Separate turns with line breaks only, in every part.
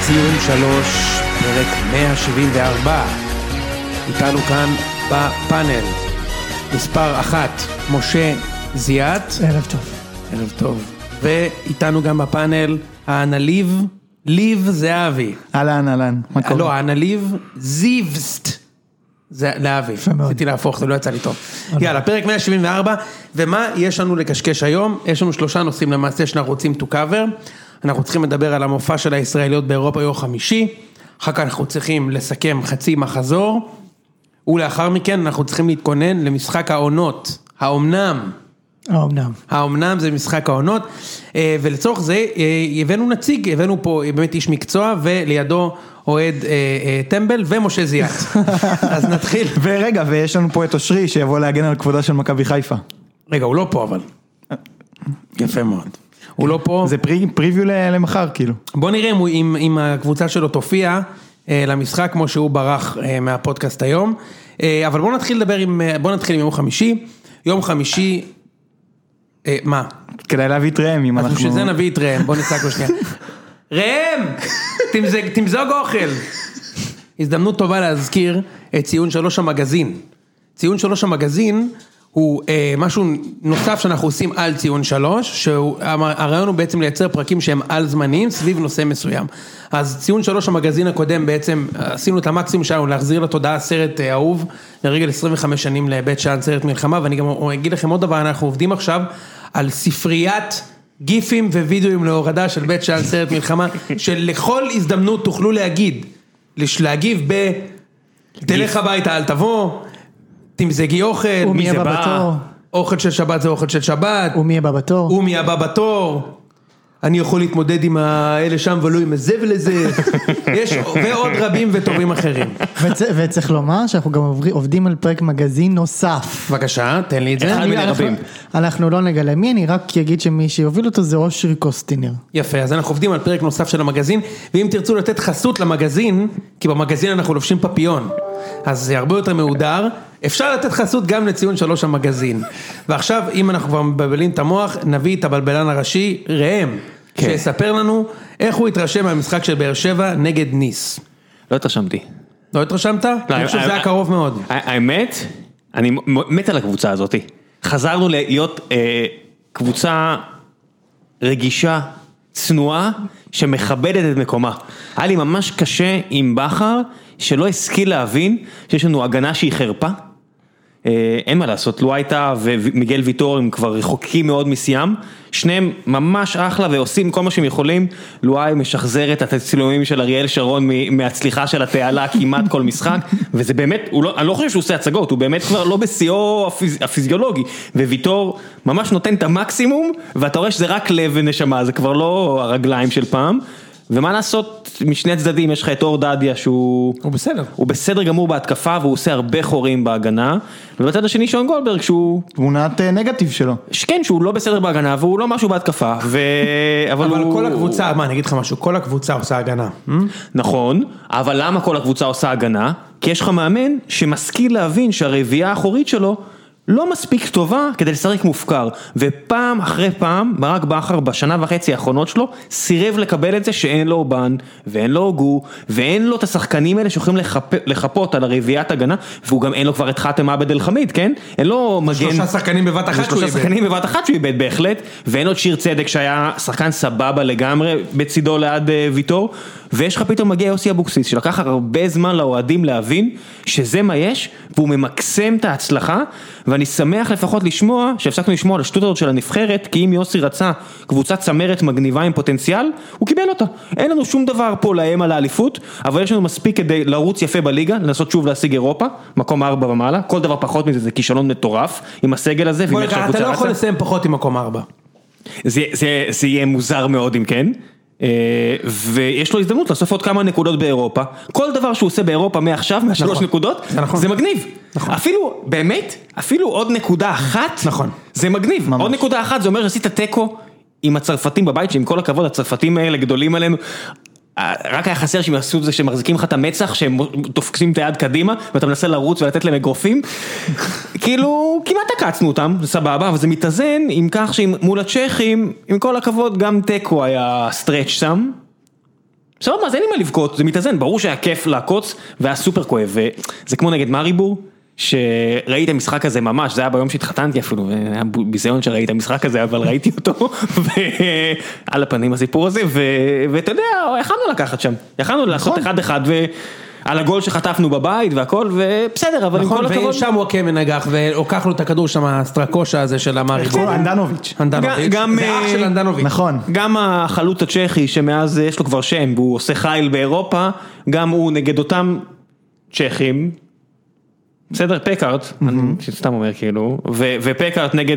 ציון שלוש, פרק 174. איתנו כאן בפאנל, מספר אחת, משה זיאת,
ערב טוב.
ערב טוב, ואיתנו גם בפאנל האנליב, ליב זהבי.
אהלן, אהלן, מה קורה?
לא, האנליב זיבסט. זה להבי,
יפה מאוד.
רציתי להפוך, זה לא יצא לי טוב. יאללה, פרק 174, ומה יש לנו לקשקש היום? יש לנו שלושה נושאים למעשה שאנחנו רוצים to cover. אנחנו צריכים לדבר על המופע של הישראליות באירופה יום חמישי, אחר כך אנחנו צריכים לסכם חצי מחזור, ולאחר מכן אנחנו צריכים להתכונן למשחק העונות, האומנם.
האומנם.
האומנם זה משחק העונות, אה, ולצורך זה אה, הבאנו נציג, הבאנו פה אה, באמת איש מקצוע, ולידו אוהד אה, אה, טמבל ומשה זיאת. אז נתחיל.
ורגע, ויש לנו פה את אושרי שיבוא להגן על כבודה של מכבי חיפה.
רגע, הוא לא פה אבל. יפה מאוד. הוא לא פה.
זה פרי- פריוויו ל- למחר, כאילו.
בוא נראה אם, הוא- אם, אם הקבוצה שלו תופיע אה, למשחק כמו שהוא ברח אה, מהפודקאסט היום. אה, אבל בוא נתחיל לדבר עם, אה, בוא נתחיל עם יום חמישי. יום חמישי, אה, מה?
כדאי להביא את ראם אם
אז
אנחנו...
בשביל זה נביא את ראם, בוא נצעק לו שנייה. ראם! תמזג- תמזוג אוכל! הזדמנות טובה להזכיר את ציון שלוש המגזין. ציון שלוש המגזין הוא אה, משהו נוסף שאנחנו עושים על ציון שלוש, שהרעיון הוא בעצם לייצר פרקים שהם על זמניים סביב נושא מסוים. אז ציון שלוש המגזין הקודם בעצם אה, עשינו את המקסימום שלנו להחזיר לתודעה סרט אה, אהוב, לרגל 25 שנים לבית שאן סרט מלחמה, ואני גם אגיד לכם עוד דבר, אנחנו עובדים עכשיו על ספריית גיפים ווידאוים להורדה של בית שאן סרט מלחמה, שלכל הזדמנות תוכלו להגיד, לש- להגיב ב... תלך הביתה, אל תבוא, תמזגי אוכל,
ומי
מי
הבא
הבא?
בתור?
אוכל של שבת זה אוכל של שבת,
ומי הבא בתור?
הוא מי הבא בתור, אני יכול להתמודד עם האלה שם ולא עם הזה ולזה, יש ועוד רבים וטובים אחרים.
וצ- וצריך לומר שאנחנו גם עוברי- עובדים על פרק מגזין נוסף.
בבקשה, תן לי את זה.
אני-
מיני
אנחנו-
רבים.
אנחנו לא נגלה מי, אני רק אגיד שמי שיוביל אותו זה אושרי קוסטינר.
יפה, אז אנחנו עובדים על פרק נוסף של המגזין, ואם תרצו לתת חסות למגזין, כי במגזין אנחנו לובשים פפיון, אז זה הרבה יותר מהודר, אפשר לתת חסות גם לציון שלוש המגזין. ועכשיו, אם אנחנו כבר מבלבלים את המוח, נביא את הבלבלן הראשי, ראם,
כן.
שיספר לנו איך הוא התרשם מהמשחק של באר שבע נגד ניס.
לא התרשמתי.
לא התרשמת? אני חושב שזה היה קרוב מאוד.
הא- האמת, אני מ- מת על הקבוצה הזאת. חזרנו להיות אה, קבוצה רגישה, צנועה, שמכבדת את מקומה. היה לי ממש קשה עם בכר, שלא השכיל להבין שיש לנו הגנה שהיא חרפה. אה, אין מה לעשות, לואייטה ומיגל ויטור הם כבר רחוקים מאוד משיאם, שניהם ממש אחלה ועושים כל מה שהם יכולים, לואי משחזר את הצילומים של אריאל שרון מ- מהצליחה של התעלה כמעט כל משחק, וזה באמת, הוא לא, אני לא חושב שהוא עושה הצגות, הוא באמת כבר לא בשיאו הפיז, הפיזיולוגי, וויטור ממש נותן את המקסימום, ואתה רואה שזה רק לב ונשמה, זה כבר לא הרגליים של פעם, ומה לעשות, משני הצדדים יש לך את אור דדיה שהוא...
הוא בסדר.
הוא בסדר גמור בהתקפה והוא עושה הרבה חורים בהגנה, ובצד השני שון גולדברג שהוא,
תמונת אה, נגטיב שלו.
שכן שהוא לא בסדר בהגנה והוא לא משהו בהתקפה, ו... אבל,
אבל
הוא...
כל הקבוצה, מה, אני אגיד לך משהו, כל הקבוצה עושה הגנה.
נכון, אבל למה כל הקבוצה עושה הגנה? כי יש לך מאמן שמשכיל להבין שהרביעייה האחורית שלו לא מספיק טובה כדי לשחק מופקר, ופעם אחרי פעם ברק בכר בשנה וחצי האחרונות שלו סירב לקבל את זה שאין לו אובן ואין לו הוגו ואין לו את השחקנים האלה שיכולים לחפ- לחפות על הרביעיית הגנה והוא גם אין לו כבר את חאתם עבד אל חמיד, כן? אין לו מגן...
שלושה שחקנים בבת אחת שהוא
שלושה
איבד.
שחקנים בבת אחת שהוא איבד בהחלט, ואין עוד שיר צדק שהיה שחקן סבבה לגמרי בצידו ליד אה, ויטור, ויש לך פתאום מגיע יוסי אבוקסיס שלקח הרבה זמן לאוהדים להבין שזה מה יש, והוא ממקסם את ההצלחה, ואני שמח לפחות לשמוע שהפסקנו לשמוע על השטות הזאת של הנבחרת, כי אם יוסי רצה קבוצת צמרת מגניבה עם פוטנציאל, הוא קיבל אותה. אין לנו שום דבר פה לאיים על האליפות, אבל יש לנו מספיק כדי לרוץ יפה בליגה, לנסות שוב להשיג אירופה, מקום ארבע ומעלה, כל דבר פחות מזה זה כישלון מטורף, עם הסגל הזה,
בוא
ואם
נקרא,
עכשיו
אתה לא
קבוצה
יכול
רצה,
לסיים פחות עם מקום ארבע.
זה- זה- זה יהיה מוזר מאוד אם כן. אה, ויש לו הזדמנות לאסוף עוד כמה נקודות באירופה, כל דבר שהוא עושה באירופה מעכשיו, מהשלוש
נכון.
נקודות,
זה נכון.
זה מגניב. אפילו, באמת, אפילו עוד נקודה אחת,
נכון.
זה מגניב.
ממש.
עוד נקודה אחת זה אומר שעשית תיקו עם הצרפתים בבית, שעם כל הכבוד הצרפתים האלה גדולים עלינו. אה, רק היה חסר שהם יעשו את זה שהם מחזיקים לך את המצח, שהם דופקים את היד קדימה, ואתה מנסה לרוץ ולתת להם אגרופים. כאילו, כמעט עקצנו אותם, זה סבבה, אבל זה מתאזן עם כך שמול הצ'כים, עם כל הכבוד, גם תיקו היה סטרץ' שם. סבבה, אז אין לי מה לבכות, זה מתאזן, ברור שהיה כיף לעקוץ, והיה סופר כואב, וזה כמו נגד מאריבור, שראיתי את המשחק הזה ממש, זה היה ביום שהתחתנתי אפילו, היה ביזיון שראיתי את המשחק הזה, אבל ראיתי אותו, ועל הפנים הסיפור הזה, ו... ואתה יודע, יכלנו לקחת שם, יכלנו לעשות אחד אחד, ועל הגול שחטפנו בבית והכל, ובסדר, אבל
נכון,
עם כל הכבוד,
ושם הוא הקמן נגח, והוקח לו את הכדור שם, הסטרקושה הזה של המעריך.
קוראים לו? אה, אנדנוביץ'.
אנדנוביץ'.
גם-
זה אח
אה,
של אנדנוביץ'.
נכון.
גם החלוץ הצ'כי שמאז אה, יש לו כבר שם והוא עושה חייל באירופה, גם הוא נגד אותם צ'כים. בסדר, פקארט, אני סתם אומר כאילו, ו- ופקארט נגד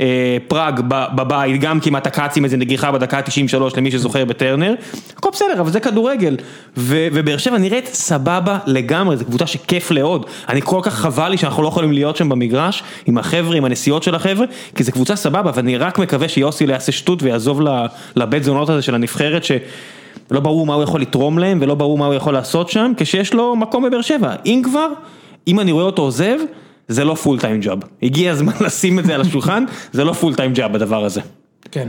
אה, פראג ב- בבית, גם כמעט עקץ עם איזה נגיחה בדקה ה-93 למי שזוכר בטרנר, הכל בסדר, אבל זה כדורגל, ו- ובאר שבע נראית סבבה לגמרי, זו קבוצה שכיף לאוד, אני כל כך חבל לי שאנחנו לא יכולים להיות שם במגרש, עם החבר'ה, עם הנסיעות של החבר'ה, כי זו קבוצה סבבה, ואני רק מקווה שיוסי לא יעשה שטות ויעזוב ל- לבית זונות הזה של הנבחרת, ש... לא ברור מה הוא יכול לתרום להם ולא ברור מה הוא יכול לעשות שם, כשיש לו מקום בבאר שבע. אם כבר, אם אני רואה אותו עוזב, זה לא פול טיים ג'אב. הגיע הזמן לשים את זה על השולחן, זה לא פול טיים ג'אב הדבר הזה.
כן.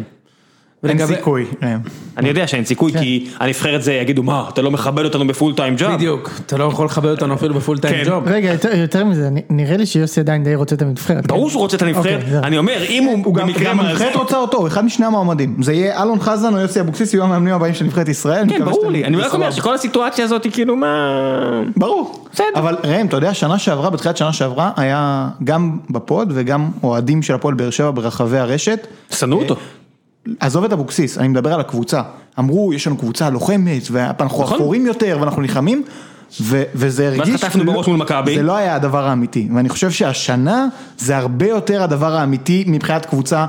אין
ולגבי-
סיכוי. אה.
אני יודע שאין סיכוי, כי הנבחרת זה יגידו, מה, אתה לא מכבד אותנו בפול טיים ג'אב?
בדיוק, אתה לא יכול לכבד אותנו אפילו בפול
כן.
טיים ג'וב.
רגע, יותר- יותר מזה, נ- נראה לי שיוסי עדיין די רוצה את הנבחרת. כן?
ברור שהוא רוצה את הנבחרת,
אוקיי, זה-
אני אומר, אם הוא
הוא גם
במקרה
גם
מאזין...
הנבחרת רוצה אותו, הוא אחד משני המועמדים. זה יהיה אלון חזן או יוסי אבוקסיס, יהיו המאמנים הבאים של נבחרת ישראל.
כן,
מקווה
ברור
שאתם-
לי, אני רק אומר
בסבבה.
שכל הסיטואציה הזאת היא כאילו, מה...
ברור.
בסדר.
אבל ראם, אתה יודע, שנה שעברה, בתחילת שנה שעברה, היה גם בפוד וגם אוהדים של הפועל באר שבע ברחבי הרשת.
שנאו אותו.
עזוב את אבוקסיס, אני מדבר על הקבוצה. אמרו, יש לנו קבוצה לוחמת, ואנחנו
נכון.
אפורים יותר, ואנחנו נלחמים, ו- וזה הרגיש...
חטפנו
לא-
בראש מול מכבי.
זה לא היה הדבר האמיתי, ואני חושב שהשנה זה הרבה יותר הדבר האמיתי מבחינת קבוצה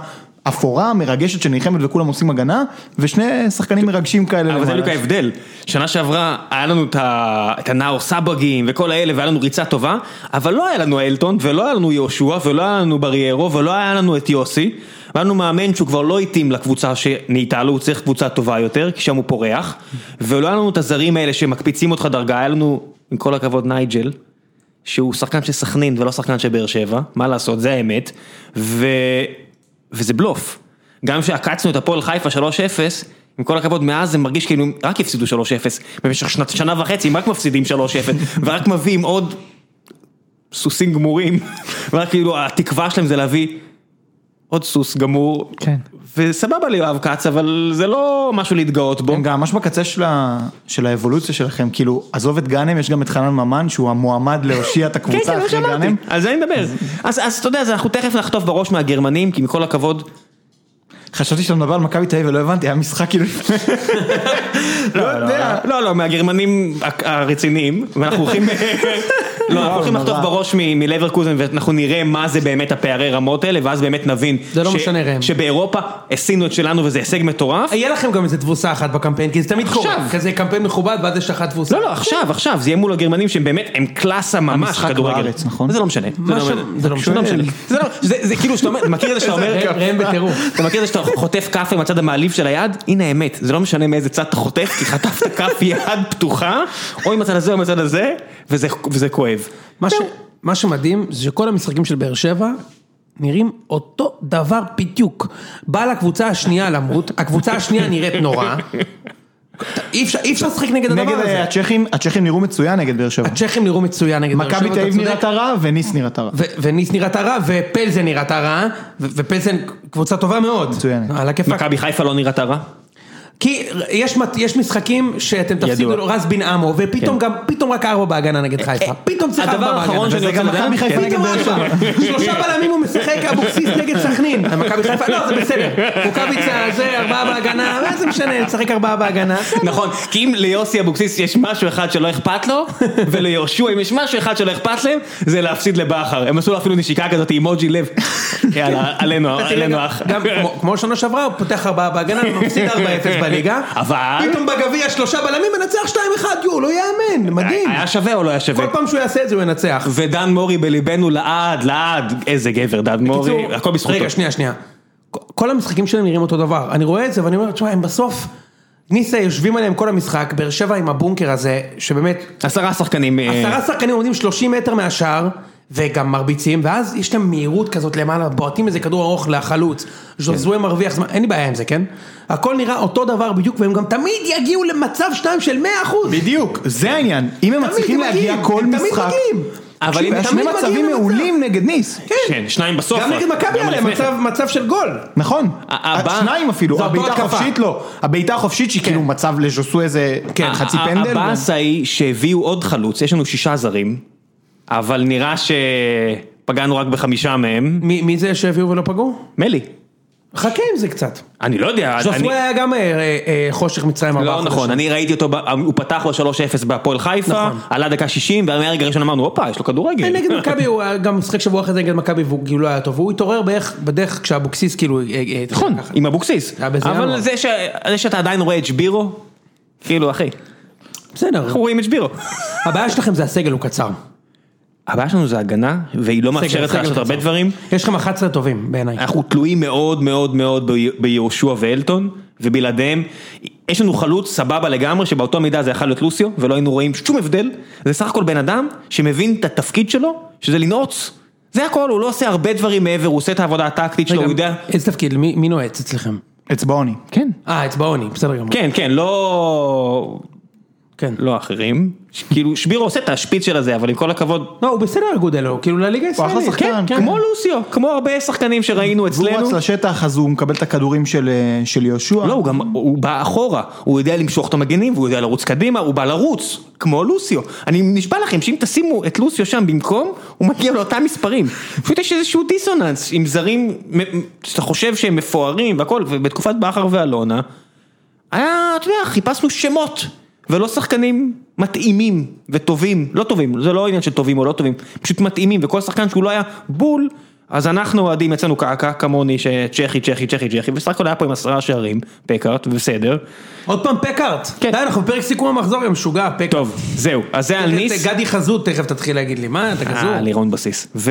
אפורה, מרגשת, שנלחמת וכולם עושים הגנה, ושני שחקנים מרגשים כאלה.
אבל זה
למעלה.
בדיוק ההבדל. שנה שעברה היה לנו את ה- את הנאור סבגים וכל האלה והיה לנו ריצה טובה, אבל לא היה לנו אלטון ולא היה לנו יהושע ולא היה לנו בריירו ולא היה לנו את יוסי. והיה לנו מאמן שהוא כבר לא התאים לקבוצה שנהייתה לו, הוא צריך קבוצה טובה יותר, כי שם הוא פורח. ולא היה לנו את הזרים האלה שמקפיצים אותך דרגה, היה לנו, עם כל הכבוד, נייג'ל. שהוא שחקן של סכנין ולא שחקן של באר שבע, מה לעשות, זה האמת, ו... וזה בלוף. גם שעקצנו את הפועל חיפה 3-0, עם כל הכבוד, מאז זה מרגיש כאילו הם רק הפסידו 3-0, במשך שנת, שנה וחצי הם רק מפסידים 3-0, ורק מביאים עוד סוסים גמורים, ורק כאילו התקווה שלהם זה להביא עוד סוס גמור,
כן.
וסבבה לי יואב כץ, אבל זה לא משהו להתגאות בו.
הם גם ממש בקצה של, ה... של האבולוציה שלכם, כאילו, עזוב את גאנם, יש גם את חנן ממן, שהוא המועמד להושיע את
כן, כן,
הקבוצה
זה מה
אחרי
שאמרתי,
גאנם.
על זה אני מדבר. אז אז אתה יודע, אז אנחנו תכף נחטוף בראש מהגרמנים, כי עם כל הכבוד,
חשבתי שאתה מדבר על מכבי תל אביב ולא הבנתי, היה משחק כאילו לפני... לא יודע.
לא, לא, מהגרמנים ה- הרציניים, ואנחנו הולכים... לא, אנחנו הולכים לחטוף
נורא.
בראש מ- מלברקוזן, ואנחנו נראה מה זה באמת הפערי רמות האלה, ואז באמת נבין...
זה לא
ש-
משנה, ראם.
שבאירופה עשינו את שלנו וזה הישג מטורף.
יהיה לכם גם איזה תבוסה אחת בקמפיין, כי זה תמיד
עכשיו.
קורה. כזה קמפיין מכובד, ואז יש אחת תבוסה.
לא, לא, עכשיו, עכשיו, זה יהיה מול הגרמנים שהם באמת, הם קלאסה ממש
המשחק
כדורגל.
בארץ, נכון?
זה לא משנה. זה
מה
לא
שם-
משנה.
זה לא
זה
משנה.
לא משנה. זה לא- זה- זה כאילו שאתה אומר, אתה מכיר את זה שאתה אומר...
ראם- ראם בטירוף.
אתה מכיר את זה שאתה חוטף כאפה עם הצד המעליב של היד? הנה האמת, זה לא משנה מאיזה צד אתה חוטף, כי חטפת כף יד פתוחה, או עם הצד הזה או עם הצד הזה, וזה, וזה כואב.
מה ש- מה שמדהים זה שכל המשחקים של באר שבע נראים אותו דבר בדיוק. באה לקבוצה השנייה למות, הקבוצה השנייה נראית נורא. אי אפשר- אי אפשר לשחק נגד הדבר
נגד אה,
הזה.
הצ'כים, הצ'כים נראו מצוין נגד באר שבע.
הצ'כים נראו מצוין נגד באר שבע,
מכבי תל
אתה
אביב
צודק.
נראית רע וניס נראית רע.
ו- וניס נראית רע, ופלזן נראית רע, ו- ופלזן קבוצה טובה מאוד.
מצוינת.
על הכיפאק.
מכבי חיפה לא נראית רע?
כי יש, מת- יש משחקים שאתם תפסידו
ידוע.
לרז בן עמו, ופתאום
כן. אה,
גם, פתאום רק ארבע בהגנה נגד חיפה. פתאום צריך
הדבר
ארבע בהגנה.
האחרון שאני
וזה
רוצה
גם
לדעת-
מכבי חיפה
כן.
נגד באר שבע. שלושה בלמים הוא משחק אבוקסיס נגד סכנין. מכבי חיפה, לא, זה בסדר. רוקאביצה, זה, ארבעה בהגנה, מה זה משנה, לשחק ארבעה בהגנה.
נכון, כי אם ליוסי אבוקסיס יש משהו אחד שלא אכפת לו, וליהושע אם יש משהו אחד שלא אכפת להם, זה להפסיד לבכר. הם עשו לו אפילו נשיקה כזאת עם מוג'י לב. יאללה, עלינו,
כן. אתה תראה,
עלינו
גם-
אח.
גם כמו- כמו שנה שעברה, הוא פותח ארבעה בהגנה ומפסיד 4-0 בליגה.
אבל-
פתאום בגביע שלושה בלמים מנצח 2-1, יואו, לא יאמן, מדהים.
היה שווה או לא היה שווה?
כל פעם שהוא יעשה את זה הוא ינצח.
ודן מורי בליבנו לעד, לעד, איזה גבר דן מורי,
בקיצור,
הכל בזכותו.
רגע, שנייה, שנייה. כ- כל המשחקים שלהם נראים אותו דבר. אני רואה את זה ואני אומר, תשמע, הם בסוף, ניסה יושבים עליהם כל המשחק, באר שבע עם הבונקר הזה, שבאמת,
עשרה שחקנים. אה,
עשרה שחקנים עומדים 30 מטר מהשער, וגם מרביצים, ואז יש להם מהירות כזאת למעלה, בועטים איזה כדור ארוך לחלוץ, ז'וזווה מרוויח זמן, אין לי בעיה עם זה, כן? הכל נראה אותו דבר בדיוק, והם גם תמיד יגיעו למצב שניים של 100%.
בדיוק, זה העניין. אם הם
תמיד
מצליחים
הם
להגיע
מגיעים,
כל
הם תמיד
משחק... אה,
מגיעים.
אבל
תקשיב,
אם
היה
תמיד
שני
מגיעים
מצבים
למצב.
מעולים נגד ניס.
כן, שניים בסוף.
גם
רק,
נגד מכבי היה להם
לפני כן.
מצב- מצב של גול.
נכון,
ה- הבא-
שניים אפילו,
זו אותו
הבעיטה
התקפה. כן.
החופשית לא, הבעיטה החופשית שהיא כאילו מצב לז'וסו איזה
ה-
חצי
כן. ה-
פנדל.
הבאסה היא שהביאו עוד חלוץ, יש לנו שישה זרים, אבל נראה שפגענו רק בחמישה מהם.
מי מי זה שהביאו ולא פגעו?
מלי,
חכה עם זה קצת.
אני לא יודע, אני...
ז'וזווה היה גם אה, אה, חושך מצרים ארבעה
לא
חודשים.
נכון, אני ראיתי אותו, ב- הוא פתח ב-3-0 בהפועל חיפה,
נכון.
עלה דקה 60, ומהרגע הראשון אמרנו, הופה, יש לו כדורגל.
כן, נגד מכבי, הוא היה גם משחק שבוע אחרי זה נגד מכבי והוא כאילו לא היה טוב, והוא התעורר בערך בדרך כשאבוקסיס כאילו... אה, אה,
נכון,
ככה.
עם אבוקסיס.
היה בזה ינואר.
אבל זה ש- זה שאתה עדיין רואה את שבירו, כאילו אחי,
בסדר,
אנחנו רואים את שבירו.
הבעיה שלכם זה הסגל הוא קצר.
הבעיה שלנו זה הגנה, והיא לא מאפשרת לך
סגל
לעשות הרבה
קצר.
דברים. אה,
יש לכם 11 טובים בעיניי.
אנחנו תלויים מאוד מאוד מאוד ב- ביהושע ואלטון, ובלעדיהם, יש לנו חלוץ סבבה לגמרי, שבאותו מידה זה יכול להיות לוסיו, ולא היינו רואים שום הבדל. זה סך הכל בן אדם שמבין את התפקיד שלו, שזה לנעוץ. זה הכל, הוא לא עושה הרבה דברים מעבר, הוא עושה את העבודה הטקטית שלו,
רגע,
הוא יודע.
איזה תפקיד? מי מי נועץ אצלכם?
אצבעוני.
כן.
אה, אצבעוני, בסדר גמור.
כן, כן, לא...
כן.
לא האחרים. ש- כאילו, שבירו עושה את השפיץ של הזה, אבל עם כל הכבוד...
לא, הוא בסדר אגודלו, כאילו לליגה
אחלה
הישראלית.
שחקן,
כן, כן.
כמו לוסיו, כמו הרבה שחקנים שראינו
והוא
אצלנו.
רץ לשטח אז הוא מקבל את הכדורים של, אה, של יהושע.
לא, הוא גם, הוא בא אחורה, הוא יודע למשוך את המגנים, והוא יודע לרוץ קדימה, הוא בא לרוץ, כמו לוסיו. אני נשבע לכם שאם תשימו את לוסיו שם במקום, הוא מגיע לאותם מספרים. פשוט יש איזשהו דיסוננס עם זרים, מ- מ- שאתה חושב שהם מפוארים והכל, ובתקופת בכר ואלונה, היה, אתה יודע, חיפשנו שמות, ולא שחקנים מתאימים וטובים, לא טובים, זה לא עניין של טובים או לא טובים, פשוט מתאימים, וכל שחקן שהוא לא היה בול, אז אנחנו אוהדים אצלנו קעקע כמוני, שצ'כי, צ'כי, צ'כי, צ'כי, ובסך הכל היה פה עם עשרה שערים, פקארט, בסדר.
עוד פעם פקארט.
כן.
די, אנחנו בפרק סיכום המחזור, יא משוגע, פקארט. אה,
טוב, זהו, אז זה על ניס.
גדי חזות תכף תתחיל להגיד לי, מה אתה
אה,
גזור?
לירון בסיס.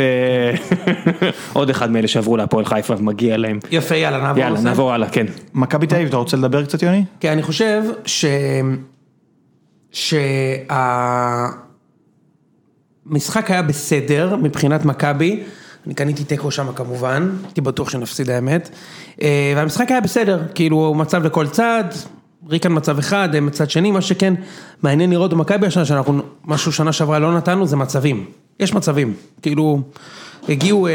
ועוד אחד מאלה שעברו להפועל חיפה ומגיע להם.
יפה, יאללה, נעבור
יאללה,
לזה.
נעבור הלאה, כן.
מכבי תל אביב, אתה רוצה לדבר קצת יוני?
כי אני חושב ש... שהמשחק היה בסדר מבחינת מכבי, אני קניתי תיקו שם כמובן, הייתי בטוח שנפסיד האמת, אה, והמשחק היה בסדר, כאילו מצב לכל צד, ריקן מצב אחד, הם מצד שני, מה שכן, מעניין לראות במכבי השנה, שאנחנו, משהו שנה שעברה לא נתנו, זה מצבים, יש מצבים, כאילו, הגיעו... אה, אה,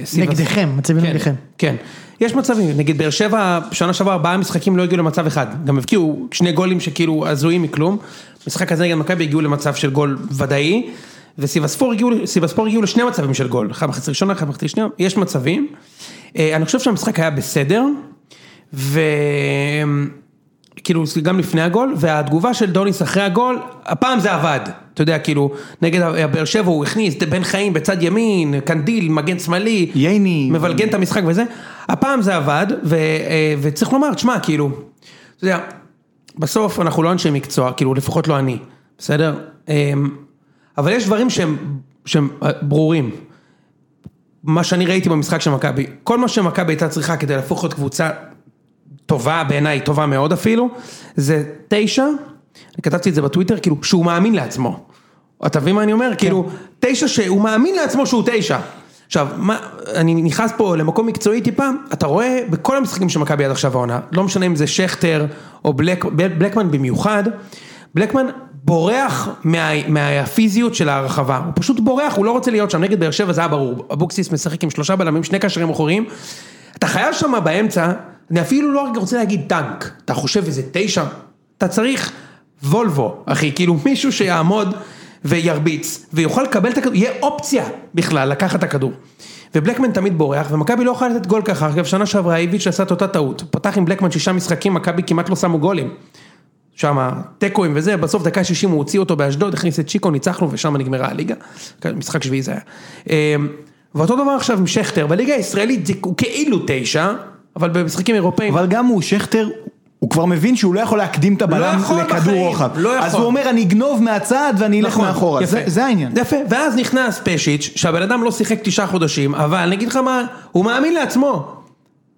אה, סילבס-
נגדכם, מצבים
כן,
נגדכם.
כן, יש מצבים, נגיד באר שבע, שנה שעברה ארבעה משחקים לא הגיעו למצב אחד, גם הבקיעו שני גולים שכאילו הזויים מכלום, משחק הזה נגד מכבי הגיעו למצב של גול ודאי, וסיבספור הגיעו, סיבספור הגיעו לשני מצבים של גול, אחד מחצי ראשונה, אחד מחצי שנייה, יש מצבים, אה, אני חושב שהמשחק היה בסדר, ו... כאילו גם לפני הגול, והתגובה של דוניס אחרי הגול, הפעם זה עבד. אתה יודע, כאילו, נגד באר שבע הוא הכניס בן חיים בצד ימין, קנדיל, מגן שמאלי,
ייני.
מבלגן את המשחק וזה. הפעם זה עבד, ו, אה, וצריך לומר, תשמע, כאילו, אתה יודע, בסוף אנחנו לא אנשי מקצוע, כאילו, לפחות לא אני, בסדר? אה, אבל יש דברים שהם, שהם אה, ברורים. מה שאני ראיתי במשחק של מכבי, כל מה שמכבי הייתה צריכה כדי להפוך להיות קבוצה טובה בעיניי, טובה מאוד אפילו, זה תשע, אני כתבתי את זה בטוויטר, כאילו, שהוא מאמין לעצמו. אתה מבין מה אני אומר? כאילו, תשע שהוא מאמין לעצמו שהוא תשע. עכשיו, מה, אני נכנס פה למקום מקצועי טיפה, אתה רואה בכל המשחקים של מכבי עד עכשיו העונה, לא משנה אם זה שכטר או בלק, בל- בלקמן במיוחד, בלקמן בורח מה, מהפיזיות של הרחבה, הוא פשוט בורח, הוא לא רוצה להיות שם, נגד באר שבע זה היה ברור, אבוקסיס משחק עם שלושה בלמים, שני קשרים אחוריים, אתה חייב שם באמצע, אני אפילו לא רק רוצה להגיד טנק, אתה חושב איזה תשע, אתה צריך וולבו, אחי, כאילו מישהו שיעמוד וירביץ, ויוכל לקבל את הכדור, יהיה אופציה בכלל לקחת את הכדור. ובלקמן תמיד בורח, ומכבי לא יכולה לתת גול ככה, אגב שנה שעברה איביץ' עשה את אותה טעות, פתח עם בלקמן שישה משחקים, מכבי כמעט לא שמו גולים. שם תיקואים וזה, בסוף דקה 60 הוא הוציא אותו באשדוד, הכניס את צ'יקו, ניצחנו ושם נגמרה הליגה. כן, משחק שביעי זה היה. אמ, ואותו דבר עכשיו עם שכטר, בליגה הישראלית זה הוא כאילו תשע, אבל במשחקים אירופאים,
אבל גם הוא, שכטר, הוא כבר מבין שהוא לא יכול להקדים את הבלם
יכול בחיים,
לכדור רוחב.
לא יכול.
אז הוא אומר, אני אגנוב מהצד ואני אלך
נכון,
מאחורה.
יפה.
זה- זה העניין.
יפה, ואז נכנס פשיץ', שהבן אדם לא שיחק תשעה חודשים, אבל אני אגיד לך מה, הוא מאמין לעצמו.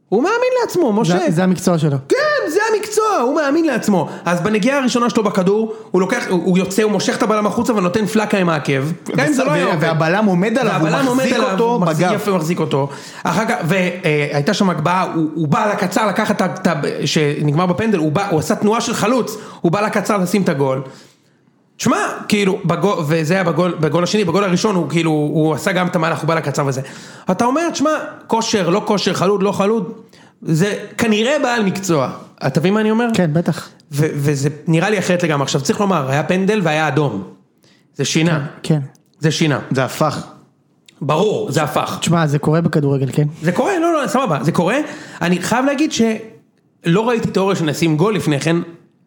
הוא מאמין לעצמו, משה.
זה- זה המקצוע שלו.
כן, זה המקצוע, הוא מאמין לעצמו. אז בנגיעה הראשונה שלו בכדור, הוא לוקח, הוא הוא יוצא, הוא מושך את הבלם החוצה ונותן פלקה עם העקב. גם אם זה לא היה
וה-
עובד.
והבלם עומד עליו, הוא
והבלם עומד
מחזיק
עליו,
אותו
הוא מחזיק
בגב.
יפה מחזיק אותו. אחר כך, והייתה שם הגבהה, הוא, הוא בא לקצר לקחת את ה... את ה- שנגמר בפנדל, הוא, בא, הוא עשה תנועה של חלוץ, הוא בא לקצר לשים את הגול. שמע, כאילו, בגול, וזה היה בגול, בגול השני, בגול הראשון הוא כאילו, הוא עשה גם את המהלך, הוא בא לקצר וזה. אתה אומר, תשמע, כושר, לא כושר, חלוד, לא חלוד, זה כנראה בעל מקצוע. אתה מבין מה אני אומר?
כן, בטח.
ו- וזה נראה לי אחרת לגמרי. עכשיו צריך לומר, היה פנדל והיה אדום. זה שינה,
כן.
זה שינה.
זה הפך.
ברור, זה הפך.
תשמע, זה קורה בכדורגל, כן?
זה קורה, לא, לא, סבבה, זה קורה. אני חייב להגיד שלא ראיתי תיאוריה שנשים גול לפני כן,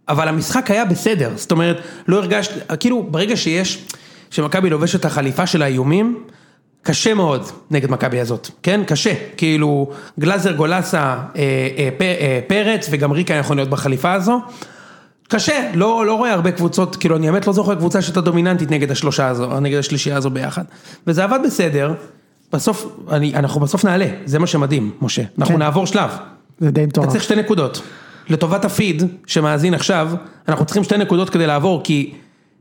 אבל המשחק היה בסדר. זאת אומרת, לא הרגשתי, כאילו, ברגע שיש, שמכבי לובשת את החליפה של האיומים, קשה מאוד נגד מכבי הזאת, כן? קשה. כאילו, גלאזר גולסה, אה, אה, פ, אה, פרץ וגם ריקה יכול להיות בחליפה הזו. קשה, לא, לא רואה הרבה קבוצות, כאילו אני באמת לא זוכר קבוצה שהייתה דומיננטית נגד השלושה הזו, או נגד השלישייה הזו ביחד. וזה עבד בסדר, בסוף, אני, אנחנו בסוף נעלה, זה מה שמדהים, משה. אנחנו
כן.
נעבור שלב.
זה די
אתה
מטורף.
צריך שתי נקודות. לטובת הפיד שמאזין עכשיו, אנחנו צריכים שתי נקודות כדי לעבור, כי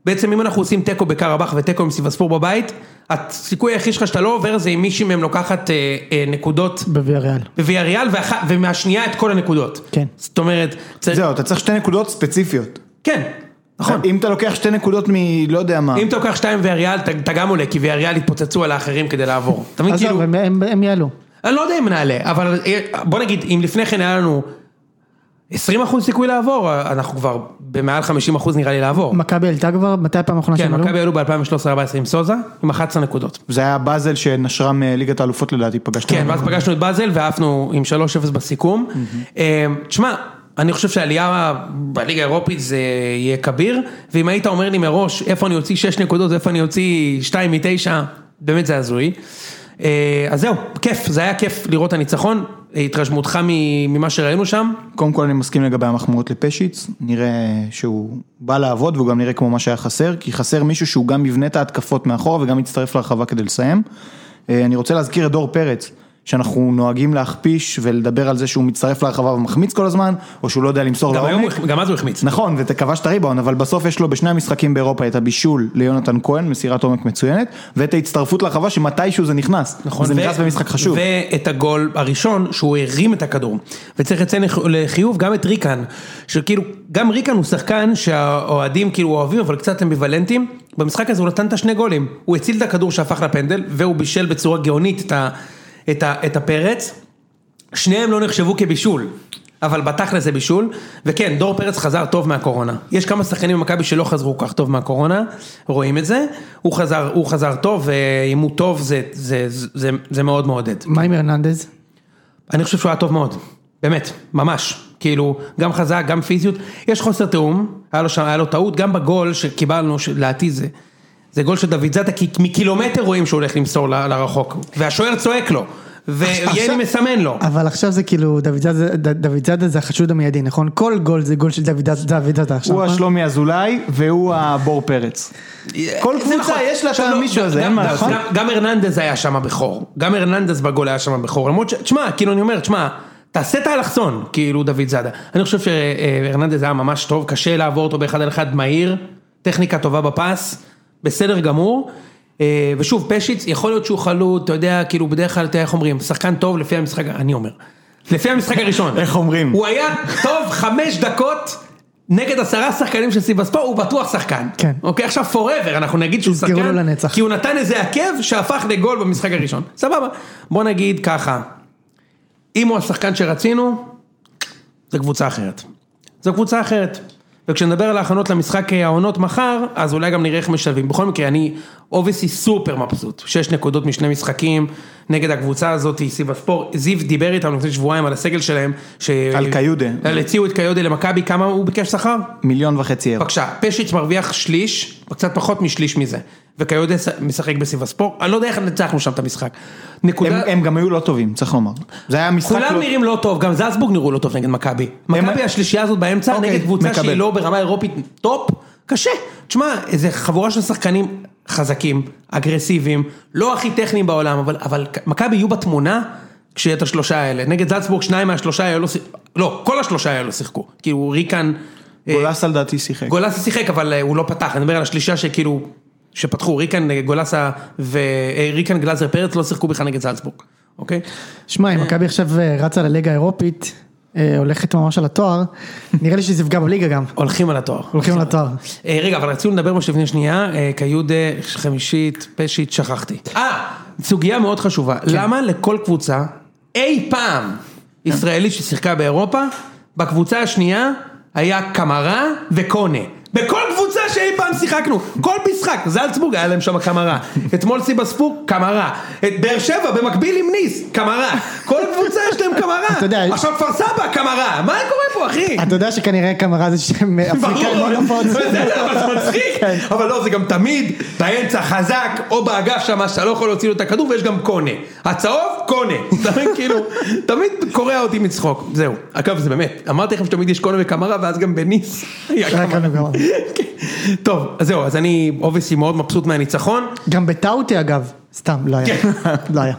בעצם אם אנחנו עושים תיקו בקרבח ותיקו עם סיבספור בבית, הסיכוי היחיד שלך שאתה לא עובר זה אם מישהי מהם לוקחת אה, אה, נקודות
בוויה ריאל.
בוויה ריאל, ואח- ומהשנייה את כל הנקודות.
כן.
זאת אומרת, צריך...
זהו, אתה צריך שתי נקודות ספציפיות.
כן, נכון.
אם אתה לוקח שתי נקודות מלא יודע מה.
אה.
אם אתה לוקח שתיים ויאריאל, אתה אתה גם עולה, כי ויאריאל יתפוצצו על האחרים כדי לעבור. אתה מבין,
עזוב,
כאילו,
הם- הם- הם יעלו.
אני לא יודע אם נעלה, אבל אה, בוא נגיד, אם לפני כן היה לנו 20% סיכוי לעבור, אה, אנחנו כבר במעל 50% נראה לי לעבור.
מכבי עלתה כבר? מתי הפעם האחרונה
כן,
שהם עלו?
מכבי עלו ב-2013-2014 עם סוזה, עם 11 נקודות.
זה היה באזל שנשרה מליגת האלופות לדעתי, פגשת.
כן, ואז פגשנו את באזל ועפנו עם 3-0 בסיכום. אה, תשמע, אני חושב שהעלייה בליגה האירופית זה יהיה כביר, ואם היית אומר לי מראש איפה אני אוציא 6 נקודות ואיפה אני אוציא 2 מ-9, באמת זה הזוי. אה, אז זהו, כיף, זה היה כיף לראות את הניצחון, התרשמותך מ- ממה שראינו שם.
קודם כל אני מסכים לגבי המחמאות לפשיץ, נראה שהוא בא לעבוד והוא גם נראה כמו מה שהיה חסר, כי חסר מישהו שהוא גם יבנה את ההתקפות מאחורה וגם יצטרף לרחבה כדי לסיים. אה, אני רוצה להזכיר את דור פרץ, שאנחנו נוהגים להכפיש ולדבר על זה שהוא מצטרף לרחבה ומחמיץ כל הזמן, או שהוא לא יודע למסור
גם, היום,
לעומק.
הוא- גם אז הוא החמיץ.
נכון, וכבש את הריבאון, אבל בסוף יש לו בשני המשחקים באירופה את הבישול ליונתן כהן, מסירת עומק מצוינת, ואת ההצטרפות לרחבה שמתישהו זה נכנס. נכון. זה
ו-
נכנס במשחק חשוב.
ואת הגול הראשון שהוא הרים את הכדור. וצריך לציין לח- לחיוב גם את ריקן, שכאילו, גם ריקן הוא שחקן שהאוהדים כאילו אוהבים אבל קצת אמביוולנטים. במשחק הזה הוא נתן את השני גולים. הוא הציל את הכדור שהפך לפנדל, והוא בישל בצורה גאונית את, ה, את, ה, את הפרץ. שניהם לא נחשבו כבישול, אבל בתכל'ס זה בישול, וכן, דור פרץ חזר טוב מהקורונה. יש כמה שחקנים במכבי שלא חזרו כל כך טוב מהקורונה, רואים את זה, הוא חזר, הוא חזר טוב, ואם הוא טוב זה, זה, זה, זה, זה מאוד מעודד.
מה עם הרננדז?
אני חושב שהוא היה טוב מאוד, באמת, ממש. כאילו, גם חזק, גם פיזיות, יש חוסר תיאום, היה לו, שם, היה לו טעות, גם בגול שקיבלנו, שלדעתי זה, זה גול של דוד זאטה, כי מקילומטר רואים שהוא הולך למסור ל- לרחוק, והשוער צועק לו, ויני
עכשיו-
אה, מסמן לו.
אבל עכשיו זה כאילו, דוד זאדה- ד- דוד זאדה זה החשוד המיידי, נכון? כל גול זה גול של דוד זאדה- דוד זאדה עכשיו.
הוא
נכון?
השלומי אזולאי והוא הבור פרץ. כל
זה
קבוצה
נכון.
יש לה את
עכשיו, לא,
המישהו
גם-
הזה, אין
גם-
מה
גם-
לעשות.
גם- גם הרננדז היה שם בכור, גם הרננדז בגול היה שם בכור, למרות ש... תשמע, כאילו אני אומר, תשמע, תעשה את האלכסון, כאילו דוד זאדה. אני חושב שהרננדז היה ממש טוב, קשה לעבור אותו באחד על אחד מהיר, טכניקה טובה בפס, בסדר גמור. אה, ושוב, פשיץ, יכול להיות שהוא חלוד, אתה יודע, כאילו בדרך כלל, אתה יודע איך אומרים, שחקן טוב לפי המשחק, אני אומר, לפי המשחק הראשון.
איך אומרים?
הוא היה טוב חמש דקות נגד עשרה שחקנים של סיבספור, הוא בטוח שחקן.
כן.
אוקיי, עכשיו forever, אנחנו נגיד שהוא
יזכרו
שחקן.
לו לנצח.
כי הוא נתן איזה עקב שהפך לגול במשחק הראשון. סבבה. בוא נגיד ככה, אם הוא השחקן שרצינו, זה קבוצה אחרת. זו קבוצה אחרת. וכשנדבר על ההכנות למשחק אה, העונות מחר, אז אולי גם נראה איך משלבים. בכל מקרה, אני אובייסי סופר מבסוט. שש נקודות משני משחקים נגד הקבוצה הזאת, סיבה ספור. זיו דיבר איתנו לפני שבועיים על הסגל שלהם. ש...
על קיודה.
על הציעו את קיודה למכבי, כמה הוא ביקש שכר?
מיליון וחצי אירו.
בבקשה, פשיץ' מרוויח שליש, או קצת פחות משליש מזה. וקיודה משחק בסיב הספורט, אני לא יודע איך ניצחנו שם את המשחק.
הם-
נקודה,
הם גם היו לא טובים, צריך לומר. זה היה משחק
כולם
לא...
נראים לא טוב, גם זלצבורג נראו לא טוב נגד מכבי. מכבי השלישייה הזאת באמצע
אוקיי,
נגד קבוצה
מקבל.
שהיא לא ברמה אירופית טופ, קשה. תשמע, איזה חבורה של שחקנים חזקים, אגרסיביים, לא הכי טכניים בעולם, אבל- אבל מכבי יהיו בתמונה, כשיהיה את השלושה האלה. נגד זלצבורג שניים מהשלושה האלו, ש- לא, כל השלושה האלו שיחקו. כאילו ריקן, אה,
גולס על דעתי שיחק.
גולסה שיחק אבל אה, הוא לא פתח, אני מדבר על השלישה שכאילו, שפתחו, ריקן אה, גולסה ו... אה, ריקן גלאזר פרץ לא שיחקו בכלל נגד זלצבורג, אוקיי?
שמע, אם מכבי עכשיו אה, רצה לליגה האירופית, אה, הולכת ממש על התואר, נראה לי שזה יפגע בליגה גם.
הולכים על התואר.
הולכים לתואר.
אה, רגע, אבל רצינו לדבר משהו לפני שנייה, אה, קיודה, חמישית, פשיט, שכחתי. אה, סוגיה מאוד חשובה,
כן.
למה לכל קבוצה, אי פעם, ישראלית ששיחקה באירופה, בקבוצה השנייה היה קמרה וקונה. בכל קבוצה שאי פעם שיחקנו, כל משחק, זלצבורג היה להם שם קמרה, אתמול סיבספור, קמרה, את באר שבע במקביל עם ניס, קמרה, כל קבוצה יש להם
אתה
קמרה,
יודע-
עכשיו כפר סבא, קמרה, מה קורה פה אחי?
אתה יודע שכנראה קמרה זה אה, שם אפריקאי
ברור,
מונופוד.
בסדר, אבל זה מצחיק, אבל לא, זה גם תמיד באמצע חזק, או באגף שם, שאתה לא יכול להוציא לו את הכדור, ויש גם קונה. הצהוב, קונה. אתה מבין, כאילו, תמיד קורע אותי מצחוק. זהו. אגב, זה באמת, אמרתי לכם שתמיד יש קונה וקמרה, ואז גם בניס. היה
היה
קמרה.
קמרה.
כן. טוב, אז זהו, אז אני אובייסי מאוד מבסוט מהניצחון.
גם בטאוטי אגב, סתם, לא
כן.
היה. לא היה.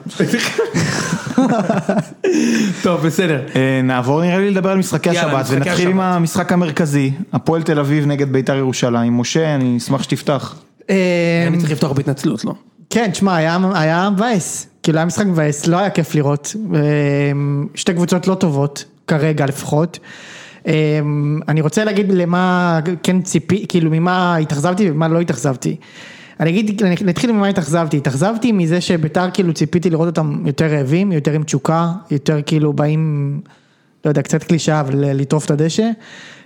טוב, בסדר.
אה, נעבור נראה לי לדבר על משחקי
יאללה,
השבת,
משחקי
ונתחיל עם
השבת.
המשחק המרכזי, הפועל תל אביב נגד ביתר ירושלים. משה, אני אשמח שתפתח.
אה,
אני צריך לפתוח בהתנצלות, לא?
כן, תשמע, היה- היה מבאס. כאילו היה משחק מבאס, לא היה כיף לראות. אמ, שתי קבוצות לא טובות, כרגע לפחות. אמ, אני רוצה להגיד למה כן ציפי, כאילו ממה התאכזבתי ומה לא התאכזבתי. אני אגיד, אני- נתחיל ממה התאכזבתי. התאכזבתי מזה שביתר כאילו ציפיתי לראות אותם יותר רעבים, יותר עם תשוקה, יותר כאילו באים, לא יודע, קצת קלישאה, אבל לטרוף את הדשא.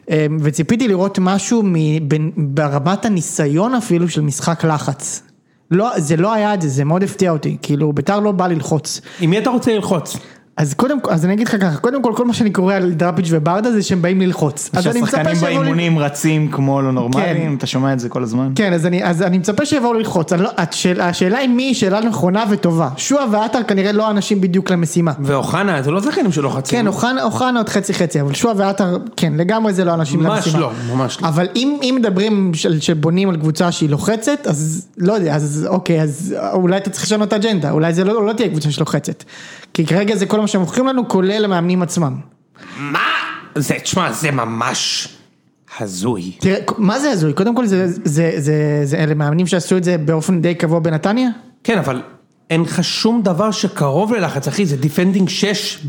אמ, וציפיתי לראות משהו מ- בין- ברמת הניסיון אפילו של משחק לחץ. לא, זה לא היה את זה, זה מאוד הפתיע אותי, כאילו ביתר לא בא ללחוץ.
עם מי אתה רוצה ללחוץ?
אז קודם כל, אז אני אגיד לך ככה, קודם כל כל מה שאני קורא על דראפיץ' וברדה זה שהם באים ללחוץ. אז אני מצפה כן.
שהשחקנים
שיבואו ל-
באימונים רצים כמו לא נורמלים, אתה שומע את זה כל הזמן?
כן, אז אני, אז אני מצפה שיבואו ללחוץ, אני לא, השאל, השאלה היא מי היא שאלה נכונה וטובה. שועה ועטר כנראה לא האנשים בדיוק למשימה.
ואוחנה, זה לא זכיינים שלא חצי.
כן, אוחנה, אוחנה עוד חצי חצי, אבל שועה ועטר, כן, לגמרי זה לא אנשים
ממש
למשימה.
לא, ממש לא.
אבל אם, אם מדברים של, שבונים על קבוצה שהיא לוחצת, אז לא יודע, אז אוקיי, אז אולי אתה צריך לשנות את האג'נדה, אולי זה לא, לא תהיה קבוצה שלוחצת. כי כרגע זה כל מה שהם מוכרים לנו, כולל המאמנים עצמם.
מה? זה, תשמע, זה ממש הזוי.
תראה, מה זה הזוי? קודם כל זה, זה, זה, זה, זה אלה מאמנים שעשו את זה באופן די קבוע בנתניה?
כן, אבל אין לך שום דבר שקרוב ללחץ, אחי, זה דיפנדינג 6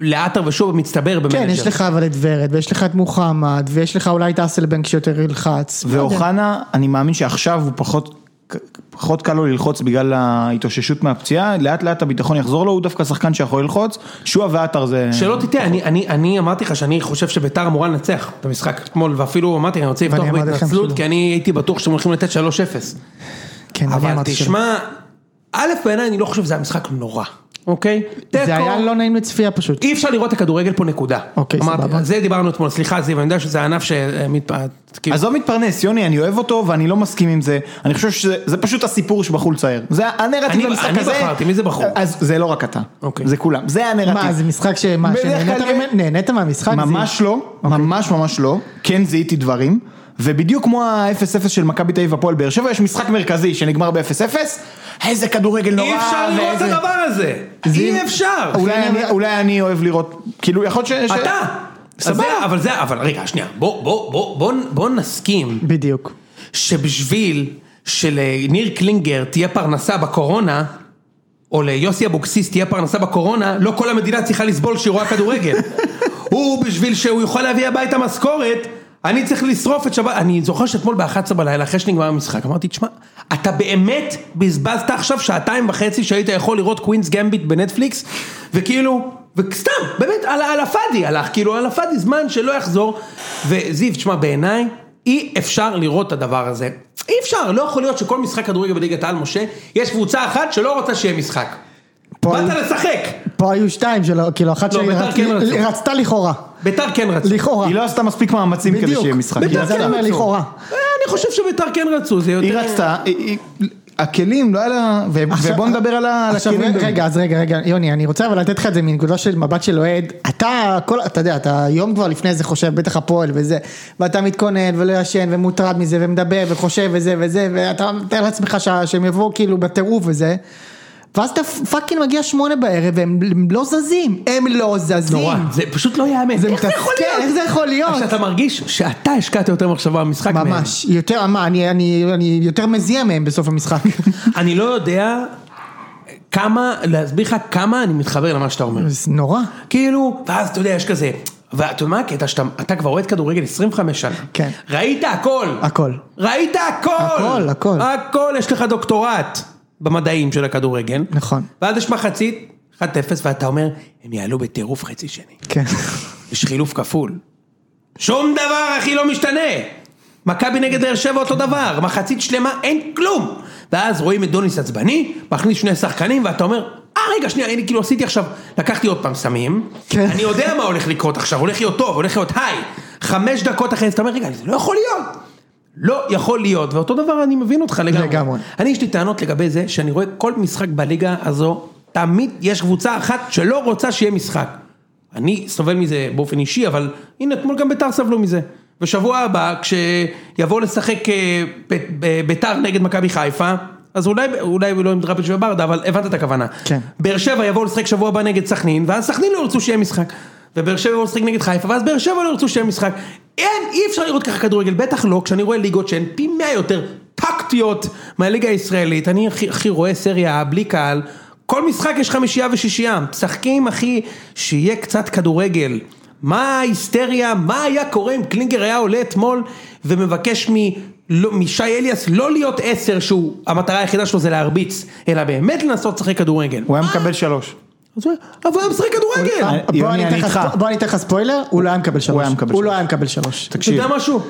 לעטר ושוב במצטבר במנג'ר.
כן, יש לך אבל את ורד, ויש לך את מוחמד, ויש לך אולי את אסלבנק שיותר ילחץ. לא יודע.
ואוחנה,
אוקיי.
אני מאמין שעכשיו הוא פחות... פחות קל לו ללחוץ בגלל ההתאוששות מהפציעה, לאט לאט הביטחון יחזור לו, הוא דווקא שחקן שיכול ללחוץ, שועה ועטר זה...
שלא תטעה, אני, אני, אני אמרתי לך שאני חושב שביתר אמורה לנצח במשחק אתמול, ואפילו אמרתי, אני רוצה לפתוח
ואני אמרתי לכם
בהתנצלות,
שלא.
כי אני הייתי בטוח שהם הולכים לתת 3-0.
כן, אני
אבל
אמרתי שלא.
תשמע, א', בעיניי אני לא חושב שזה היה משחק נורא, אוקיי?
זה היה לא נעים לצפייה פשוט.
אי אפשר לראות את הכדורגל פה נקודה.
אוקיי,
אמרתי,
סבבה.
על זה דיברנו אתמול, סליחה זיו, אני יודע שזה הענף שמתפעט, כאילו,
עזוב מתפרנס, יוני, אני אוהב אותו ואני לא מסכים עם זה. אני חושב שזה זה פשוט הסיפור שבחור צעיר. זה
אני-
הנרטיב למשחק
אני
הזה.
בחרתי, מי זה בחור?
אז זה לא רק אתה.
אוקיי.
זה כולם. זה הנרטיב.
מה, זה משחק ש... מה,
בדרך
שנהנית
כלל-
ממנו? נהנית מהמשחק? זה-
ממש לא,
אוקיי.
ממש ממש לא, כן זיהיתי דברים, ובדיוק כמו ה-0-0 של מכבי תל אביב הפועל באר שבע, יש משחק מרכזי שנגמר ב-0-0, איזה כדורגל נורא,
אי אפשר לראות את
ואיזה-
הדבר הזה, אי אפשר.
כן,
אולי אני- אולי אני אוהב לראות, כאילו יכול להיות ש... ש-
אתה!
סבבה.
סבבה, אבל זה, אבל רגע, שנייה, בוא, בוא, בוא, בוא, בוא נסכים
בדיוק.
שבשביל שלניר קלינגר תהיה פרנסה בקורונה, או ליוסי אבוקסיס תהיה פרנסה בקורונה, לא כל המדינה צריכה לסבול כשהיא רואה כדורגל. הוא, בשביל שהוא יוכל להביא הביתה משכורת, אני צריך לשרוף את שבת, אני זוכר שאתמול ב-11 בלילה, אחרי שנגמר המשחק, אמרתי, תשמע, אתה באמת בזבזת עכשיו שעתיים וחצי שהיית יכול לראות קווינס גמביט בנטפליקס, וכאילו, וסתם, באמת, על, על הפאדי הלך, כאילו, על הפאדי זמן שלא יחזור, וזיו, תשמע, בעיניי, אי אפשר לראות את הדבר הזה. אי אפשר, לא יכול להיות שכל משחק כדורגל בליגת העל, משה, יש קבוצה אחת שלא רוצה שיהיה משחק.
פועל-
באת לשחק!
פה היו שתיים שלא, כאילו אחת
לא, בית"ר כן רצו.
שרצתה לכאורה.
ביתר כן רצו.
לכאורה.
היא לא עשתה מספיק מאמצים כדי
בדיוק.
שיהיה משחק.
בדיוק.
היא
זה אני
רצתה.
אומר לכאורה.
אה, אני חושב שביתר כן רצו, זה יותר...
היא רצתה, היא- היא- הכלים, לא היה לה... ו-
עכשיו-
ובוא נדבר על ה- על
עכשיו,
הכלים. באמת.
רגע, אז רגע, רגע, יוני, אני רוצה אבל לתת לך את זה מנקודה של מבט של אוהד. אתה, כל, אתה יודע, אתה יום כבר לפני זה חושב, בטח הפועל וזה, ואתה מתכונן ולא ישן ומוטרד מזה ומדבר וחושב וזה וזה, ואתה מתאר לעצמך שה- שהם יבואו כאילו בטירוף וזה. ואז אתה פאקינג מגיע שמונה בערב והם לא זזים, הם לא זזים.
נורא, זה פשוט לא ייאמן.
איך זה יכול להיות? איך זה יכול להיות?
עכשיו אתה מרגיש שאתה השקעת יותר מחשבה במשחק מהם.
ממש, יותר, מה, אני, אני, אני יותר מזיע מהם בסוף המשחק.
אני לא יודע כמה, להסביר לך כמה אני מתחבר למה שאתה אומר.
זה נורא.
כאילו, ואז אתה יודע, יש כזה, ואתה יודע מה הקטע שאתה, אתה כבר אוהד כדורגל 25 שנה.
כן.
ראית הכל.
הכל.
ראית הכל.
הכל, הכל.
הכל, יש לך דוקטורט במדעים של הכדורגל.
נכון.
ואז יש מחצית, 1-0, ואתה אומר, הם יעלו בטירוף חצי שני.
כן.
יש חילוף כפול. שום דבר, אחי, לא משתנה. מכבי נגד באר שבע אותו דבר, מחצית שלמה, אין כלום. ואז רואים את דוניס עצבני, מכניס שני שחקנים, ואתה אומר, אה, רגע, שנייה, אני כאילו עשיתי עכשיו, לקחתי עוד פעם סמים,
כן.
אני יודע מה הולך לקרות עכשיו, הולך להיות טוב, הולך להיות היי. חמש דקות אחרי זה, אתה אומר, רגע, זה לא יכול להיות. לא יכול להיות, ואותו דבר אני מבין אותך לגמרי.
לגמרי.
אני יש לי טענות לגבי זה, שאני רואה כל משחק בליגה הזו, תמיד יש קבוצה אחת שלא רוצה שיהיה משחק. אני סובל מזה באופן אישי, אבל הנה, אתמול גם ביתר סבלו מזה. בשבוע הבא, כשיבואו לשחק אה, ב- ב- ביתר נגד מכבי חיפה, אז אולי, אולי לא עם דראפיץ' וברדה, אבל הבנת את הכוונה.
כן.
באר שבע יבואו לשחק שבוע הבא נגד סכנין, ואז סכנין לא ירצו שיהיה משחק. ובאר שבע יבואו לשחק נגד חיפה, ואז באר שבע לא ירצו שיהיה משחק. אין, אי אפשר לראות ככה כדורגל, בטח לא, כשאני רואה ליגות שהן פי מאה יותר טקטיות מהליגה הישראלית, אני הכי, הכי רואה סריה A, בלי קהל, כל משחק יש חמישייה ושישייה, משחקים אחי, שיהיה קצת כדורגל. מה ההיסטריה, מה היה קורה אם קלינגר היה עולה אתמול ומבקש מ... לא, משי אליאס לא להיות עשר שהוא, המטרה היחידה שלו זה להרביץ, אלא באמת לנסות לשחק כדורגל.
הוא היה מקבל שלוש.
אז הוא היה- אבל הוא היה משחק
אה,
כדורגל!
אה, יוני,
בוא אני אתן
אני
לך
איתך.
ספו- בוא אני אתן לך ספוילר, הוא לא היה מקבל שלוש.
היה מקבל
הוא לא
שלוש.
היה מקבל שלוש.
אתה יודע משהו?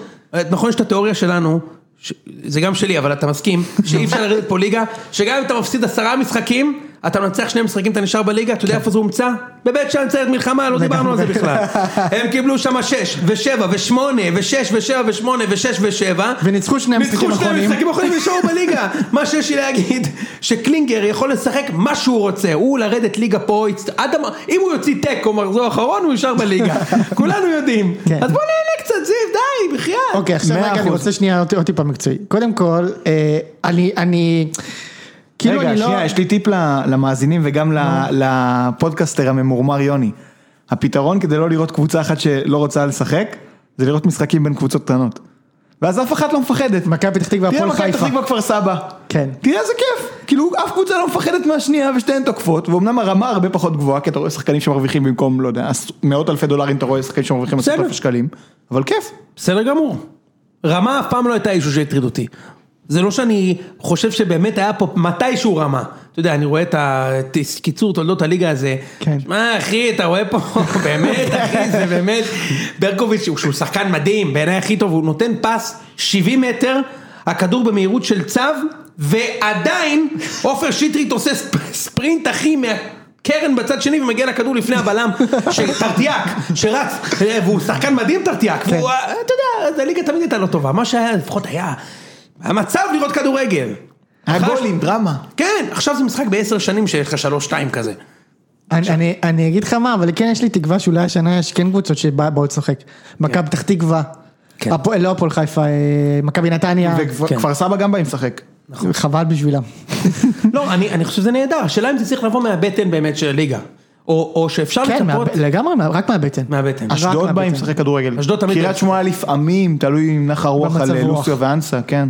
נכון יש את התיאוריה שלנו, ש- זה גם שלי, אבל אתה מסכים, שאי אפשר לרדת פה ליגה, שגם אם אתה מפסיד עשרה משחקים, אתה מנצח שני משחקים, אתה נשאר בליגה, אתה יודע איפה זה הומצא? בבית שאן ציירת מלחמה, לא דיברנו על זה בכלל. הם קיבלו שם שש, ושבע, ושמונה, ושש, ושבע, ושמונה, ושש, ושבע.
וניצחו שני המשחקים
ניצחו שני
האחרונים.
המשחקים האחרונים ונשארו בליגה. מה שיש לי להגיד, שקלינגר יכול לשחק מה שהוא רוצה, הוא לרדת ליגה פה, יצ- עד המ- אם הוא יוציא תיקו מחזור אחרון, הוא נשאר בליגה. כולנו יודעים.
כן.
אז בוא נהנה קצת, זיו, די, בחייאת.
אוקיי, עכשיו
מאה
רגע, אני
אחוז.
רוצה שנייה עוד עוד טיפה מקצועי. קודם כל, אה, אני, אני, כאילו
רגע,
אני לא...
שנייה, יש לי טיפ ל- למאזינים וגם ל- לפודקאסטר הממורמר יוני. הפתרון כדי לא לראות קבוצה אחת שלא רוצה לשחק, זה לראות משחקים בין קבוצות קטנות. ואז אף אחת לא מפחדת.
מכבי פתח תקווה,
תראה
הפועל
מכבי
חיפה.
פתח תקווה כפר סבא.
כן.
תראה איזה כיף. כאילו אף קבוצה לא מפחדת מהשנייה ושתיהן תוקפות, ואומנם הרמה הרבה פחות גבוהה, כי אתה רואה שחקנים שמרוויחים במקום, לא יודע, עש- מאות אלפי דולרים, אתה רואה שחקנים שמרוויחים עשרות
בסדר.
אלפי שקלים, אבל כיף.
בסדר גמור. רמה אף פעם לא הייתה אישו שהטריד אותי. זה לא שאני חושב שבאמת היה פה מתישהו רמה. אתה יודע, אני רואה את הקיצור תולדות הליגה הזה.
כן.
שמע, אחי, אתה רואה פה, באמת, אחי, זה באמת. ברקוביץ', שהוא שהוא שחקן מדהים, בעיניי הכי טוב, הוא נותן פס 70 מטר, הכדור במהירות של צו, ועדיין עופר שטרית עושה ספ- ספרינט, אחי, מהקרן בצד שני ומגיע לכדור לפני הבלם, שטרטיאק, שרץ, אה, והוא שחקן מדהים טרטיאק, כן. והוא, אה, אתה יודע, אז הליגה תמיד הייתה לא טובה, מה שהיה לפחות היה, המצב לראות כדורגל.
הגולים, דרמה.
כן, עכשיו זה משחק בעשר שנים שיש לך שלוש שתיים כזה.
אני, אני, אני אגיד לך מה, אבל כן יש לי תקווה שאולי השנה יש כן קבוצות שבאות לשחק.
כן.
מכבי פתח תקווה.
כן.
הפועל- לא הפועל חיפה, אה, מכבי נתניה.
כן.
וכפר סבא גם באים לשחק.
חבל בשבילם.
לא, אני, אני חושב שזה נהדר, השאלה אם זה צריך לבוא מהבטן באמת של הליגה. או, או שאפשר
כן,
לצפות...
מה- לגמרי, מה- רק מהבטן.
מהבטן.
רק
אשדוד באים
מהבטן.
לשחק כדורגל.
אשדוד תמיד
קריית
באים.
שמונה לפעמים, תלוי עם נחר רוח
במצב
על
רוח.
לוסיו ואנסה, כן.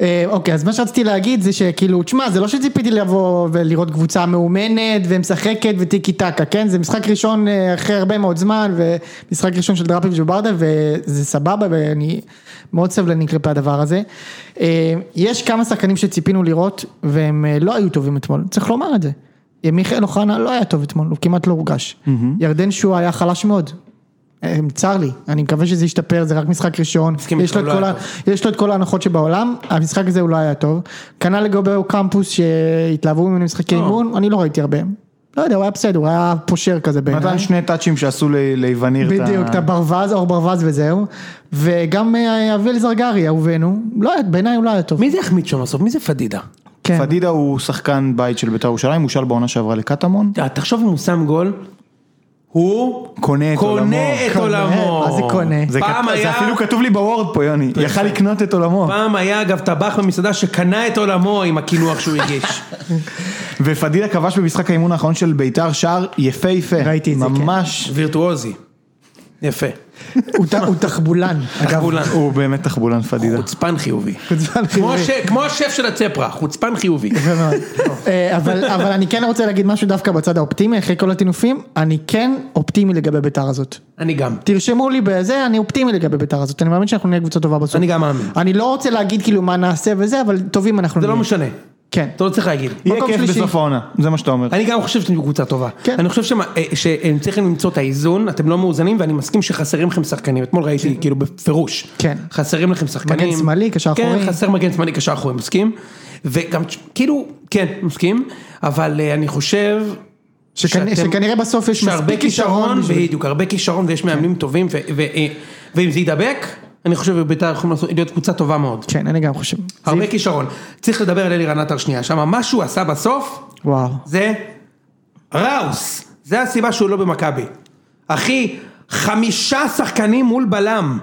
אה, אוקיי, אז מה שרציתי להגיד זה שכאילו, תשמע, זה לא שציפיתי לבוא ולראות קבוצה מאומנת ומשחקת וטיקי טקה, כן? זה משחק ראשון אה, אחרי הרבה מאוד זמן, ומשחק ראשון של דראפיץ' וברדה, וזה סבבה, ואני מאוד סבלני כלפי הדבר הזה. אה, יש כמה שחקנים שציפינו לראות, והם אה, לא היו טובים אתמול, צריך לומר את זה. אה, מיכאל אוחנה לא היה טוב אתמול, הוא כמעט לא הורגש. ירדן שואה היה חלש מאוד. אה, צר לי, אני מקווה שזה ישתפר, זה רק משחק ראשון.
מסכים
יש
איתך, הוא
לו את
לא
כל
היה
ה- יש לו את כל ההנחות שבעולם, המשחק הזה הוא לא היה טוב. כנ"ל לגבי קמפוס שהתלהבו ממנו משחקי אימון, אני לא ראיתי הרבה. לא יודע, הוא היה בסדר, הוא היה פושר כזה בעיניי.
נתן שני טאצ'ים שעשו ל- ליווניר את ה...
כן. בדיוק, את הברווז, אור ברווז וזהו. וגם אה, אביאל זרגרי, אהובנו, לא היה- בעיניי הוא לא היה טוב.
מי זה החמיד שם בסוף? מי זה פדידה?
כן.
פדידה הוא שחקן בית של בית"ר ירושלים, הושאל בעונה שעברה לקטמון.
תראה, תחשוב אם הוא שם גול, הוא
קונה את
קונה
עולמו.
את
קונה,
עולמו.
מה זה קונה?
זה
פעם
כת- זה
היה-
אפילו כתוב לי בוורד פה, יוני. יכל לקנות את עולמו.
פעם היה אגב טבח במסעדה שקנה את עולמו עם הקינוח שהוא הגיש.
ופדידה כבש במשחק האימון האחרון של ביתר שער יפהפה.
ראיתי את זה, כן.
ממש.
וירטואוזי. יפה.
הוא ת- הוא תחבולן. אגב,
חבולן.
הוא באמת תחבולן פדידה.
חוצפן חיובי.
חוצפן
כמו
חיובי.
ש- כמו השף של הצפרה, חוצפן חיובי.
יפה מאוד. אה, אבל אבל אני כן רוצה להגיד משהו דווקא בצד האופטימי, אחרי כל הטינופים, אני כן אופטימי לגבי ביתר הזאת.
אני גם.
תרשמו לי בזה, אני אופטימי לגבי ביתר הזאת, אני מאמין שאנחנו נהיה קבוצה טובה בסוף.
אני גם מאמין.
אני לא רוצה להגיד כאילו מה נעשה וזה, אבל טובים אנחנו
זה
נהיה.
לא משנה.
כן.
אתה לא צריך להגיד.
יהיה
מקום
כיף
שלישי.
בסוף העונה, זה מה שאתה אומר.
אני גם חושב שאתם קבוצה טובה.
כן.
אני חושב שמה- אה, שהם צריכים למצוא את האיזון, אתם לא מאוזנים ואני מסכים שחסרים לכם שחקנים. אתמול ראיתי כאילו בפירוש.
כן.
חסרים לכם שחקנים.
מגן שמאלי, קשר
כן,
אחורי.
חסר מגן שמאלי, קשר אחורי, מסכים. וגם כאילו, כן, מסכים. אבל אה, אני חושב...
שכנ-
שאתם-
שכנראה בסוף יש
שהרבה
מספיק
כישרון,
כישרון. בשביל- כן.
בדיוק, הרבה כישרון ויש מאמנים טובים, ו- ו- אה, ואם זה ידבק, אני חושב שבית"ר יכולים לעשות- להיות קבוצה טובה מאוד.
כן, אני גם חושב.
הרבה כישרון. צריך לדבר על אלירן עטר שנייה, שם מה שהוא עשה בסוף,
וואו.
זה ראוס. זה הסיבה שהוא לא במכבי. אחי, חמישה שחקנים מול בלם.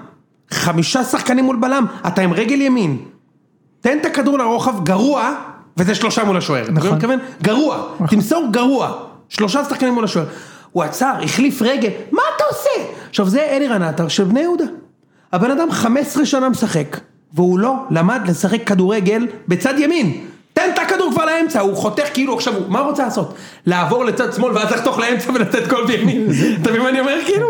חמישה שחקנים מול בלם. אתה עם רגל ימין. תן את הכדור לרוחב גרוע, וזה שלושה מול השוער. אתה מבין מה אני מתכוון? גרוע. תמסור גרוע. שלושה שחקנים מול השוער. הוא עצר, החליף רגל, מה אתה עושה? עכשיו זה אלירן עטר של בני יהודה. הבן אדם 15 שנה משחק, והוא לא למד לשחק כדורגל בצד ימין. תן את הכדור כבר לאמצע, הוא חותך כאילו עכשיו, הוא- מה הוא רוצה לעשות? לעבור לצד שמאל ואז לחתוך לאמצע ולתת גול בימין? אתה מבין מה אני אומר כאילו?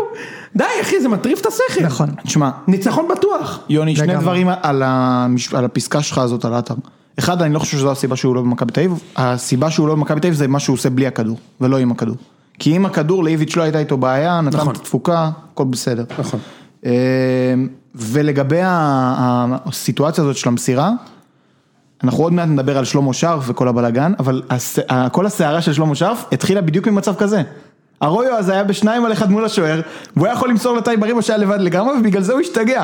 די אחי, זה מטריף את השכל.
נכון.
תשמע,
ניצחון בטוח.
יוני, שני
לגמרי.
דברים על, המש... על הפסקה שלך הזאת על עטר. אחד, אני לא חושב שזו הסיבה שהוא לא במכבי תל אביב, הסיבה שהוא לא במכבי תל אביב זה מה שהוא עושה בלי הכדור, ולא עם הכדור. כי עם הכדור לאיביץ' לא הייתה איתו בעיה, נתן
נכון.
את התפוקה, הכל בסדר.
נכון.
אה, ולגבי ה- ה- הסיטואציה הזאת של המסירה, אנחנו עוד מעט נדבר על שלמה שרף וכל הבלגן, אבל הס... ה- כל הסערה של שלמה שרף התחילה בדיוק ממצב כזה. הרויו אז היה בשניים על אחד מול השוער, והוא היה יכול למסור לטייב אריבו שהיה לבד לגמרי, ובגלל זה הוא השתגע.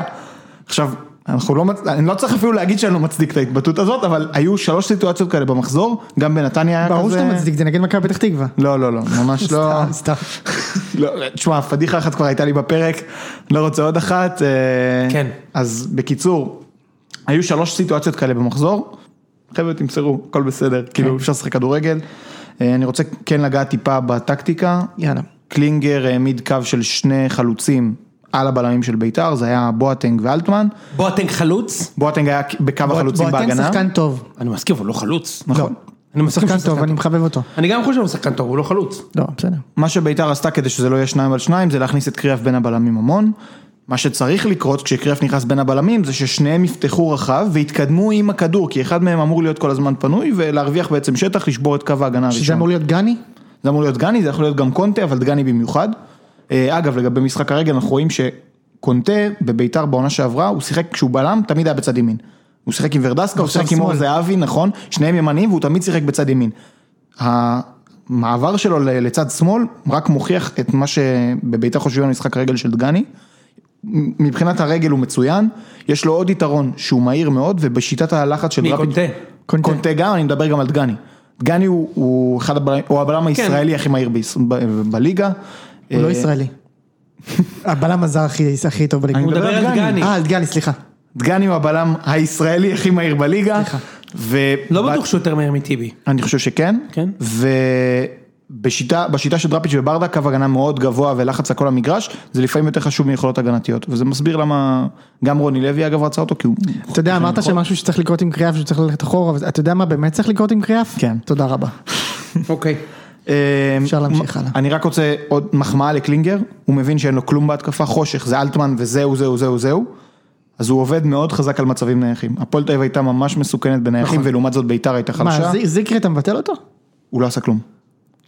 עכשיו, אנחנו לא, מצ- אני לא צריך אפילו להגיד שאני לא מצדיק את ההתבטאות הזאת, אבל היו שלוש סיטואציות כאלה במחזור, גם בנתניה היה כזה...
ברור שאתה מצדיק, זה נגד מכבי פתח תקווה.
לא, לא, לא, ממש לא.
סתם, אה, סתם.
לא, תשמע, פדיחה אחת כבר הייתה לי בפרק, לא רוצה עוד אחת. אה,
כן.
אז בקיצור, היו שלוש סיטואציות כאלה במחזור, חבר'ה תמסרו, הכל בסדר,
כן.
כאילו אפשר לשחק כדורגל. אה, אני רוצה כן לגעת טיפה בטקטיקה.
יאללה.
קלינגר העמיד קו של שני חלוצים על הבלמים של בית"ר, זה היה בואטנג ואלטמן.
בואטנג חלוץ?
בואטנג היה בקו החלוצים
בואטנג
בהגנה.
שחקן טוב.
אני מסכים, אבל לא חלוץ.
נכון.
אני מסכים
שחקן
שהוא
טוב, אני מחבב אותו.
אני גם חושב שהוא שחקן טוב, הוא לא חלוץ.
לא, בסדר.
מה שביתר עשתה כדי שזה לא יהיה שניים על שניים זה להכניס את קריאף בין הבלמים המון. מה שצריך לקרות כשקריאף נכנס בין הבלמים זה ששניהם יפתחו רחב ויתקדמו עם הכדור כי אחד מהם אמור להיות כל הזמן פנוי ולהרוויח בעצם שטח לשבור את קו ההגנה הראשון.
שזה אמור להיות גני?
זה אמור להיות דגני, זה יכול להיות גם קונטה, אבל דגני במיוחד. אה, אגב, לגבי משחק הרגל, אנחנו רואים שקונטה בביתר בעונה שעברה, הוא שיחק כשהוא בלם, תמיד היה בצד ימין. הוא שיחק עם ורדסקה, הוא
ועכשיו
שיחק עם אור
שמאל.
זהבי, נכון, שניהם ימניים, והוא תמיד שיחק בצד ימין. המעבר שלו ל- לצד שמאל רק מוכיח את מה שבביתר חושבים על משחק הרגל של דגני. מבחינת הרגל הוא מצוין, יש לו עוד יתרון שהוא מהיר מאוד, ובשיטת הלחץ של
מי, קונטה?
קונטה. קונטה גם, אני מדבר גם על דגני. דגני הוא, הוא אחד הבלמים, הוא הבלם הישראלי הכי מהיר ביס, ב, בליגה.
הוא לא
אה,
ישראלי. הבלם הזר הכי- הכי טוב בליגה.
אני
מדבר על דגני.
אה, על דגני, סליחה.
דגני הוא הבלם הישראלי הכי מהיר בליגה.
סליחה.
ו...
לא בטוח שהוא יותר מהר מטיבי.
אני חושב שכן.
כן.
ובשיטה בשיטה של דראפיץ' וברדה קו הגנה מאוד גבוה ולחץ על כל המגרש, זה לפעמים יותר חשוב מיכולות הגנתיות. וזה מסביר למה גם רוני לוי אגב רצה אותו כי הוא...
אתה יודע, אמרת שמשהו שצריך לקרות עם קריאף, שצריך ללכת אחורה, אבל אתה יודע מה באמת צריך לקרות עם קריאף?
כן.
תודה רבה.
אוקיי.
אה,
אפשר להמשיך
מ-
הלאה.
אני רק רוצה עוד מחמאה לקלינגר, הוא מבין שאין לו כלום בהתקפה, חושך, זה אלטמן וזהו, זהו, זהו, זהו. אז הוא עובד מאוד חזק על מצבים נייחים. הפועל תל אביב הייתה ממש מסוכנת בנייחים, ולעומת זאת ביתר הייתה חלשה,
נכון. מה, זי- זיקרי אתה מבטל אותו?
הוא לא עשה כלום.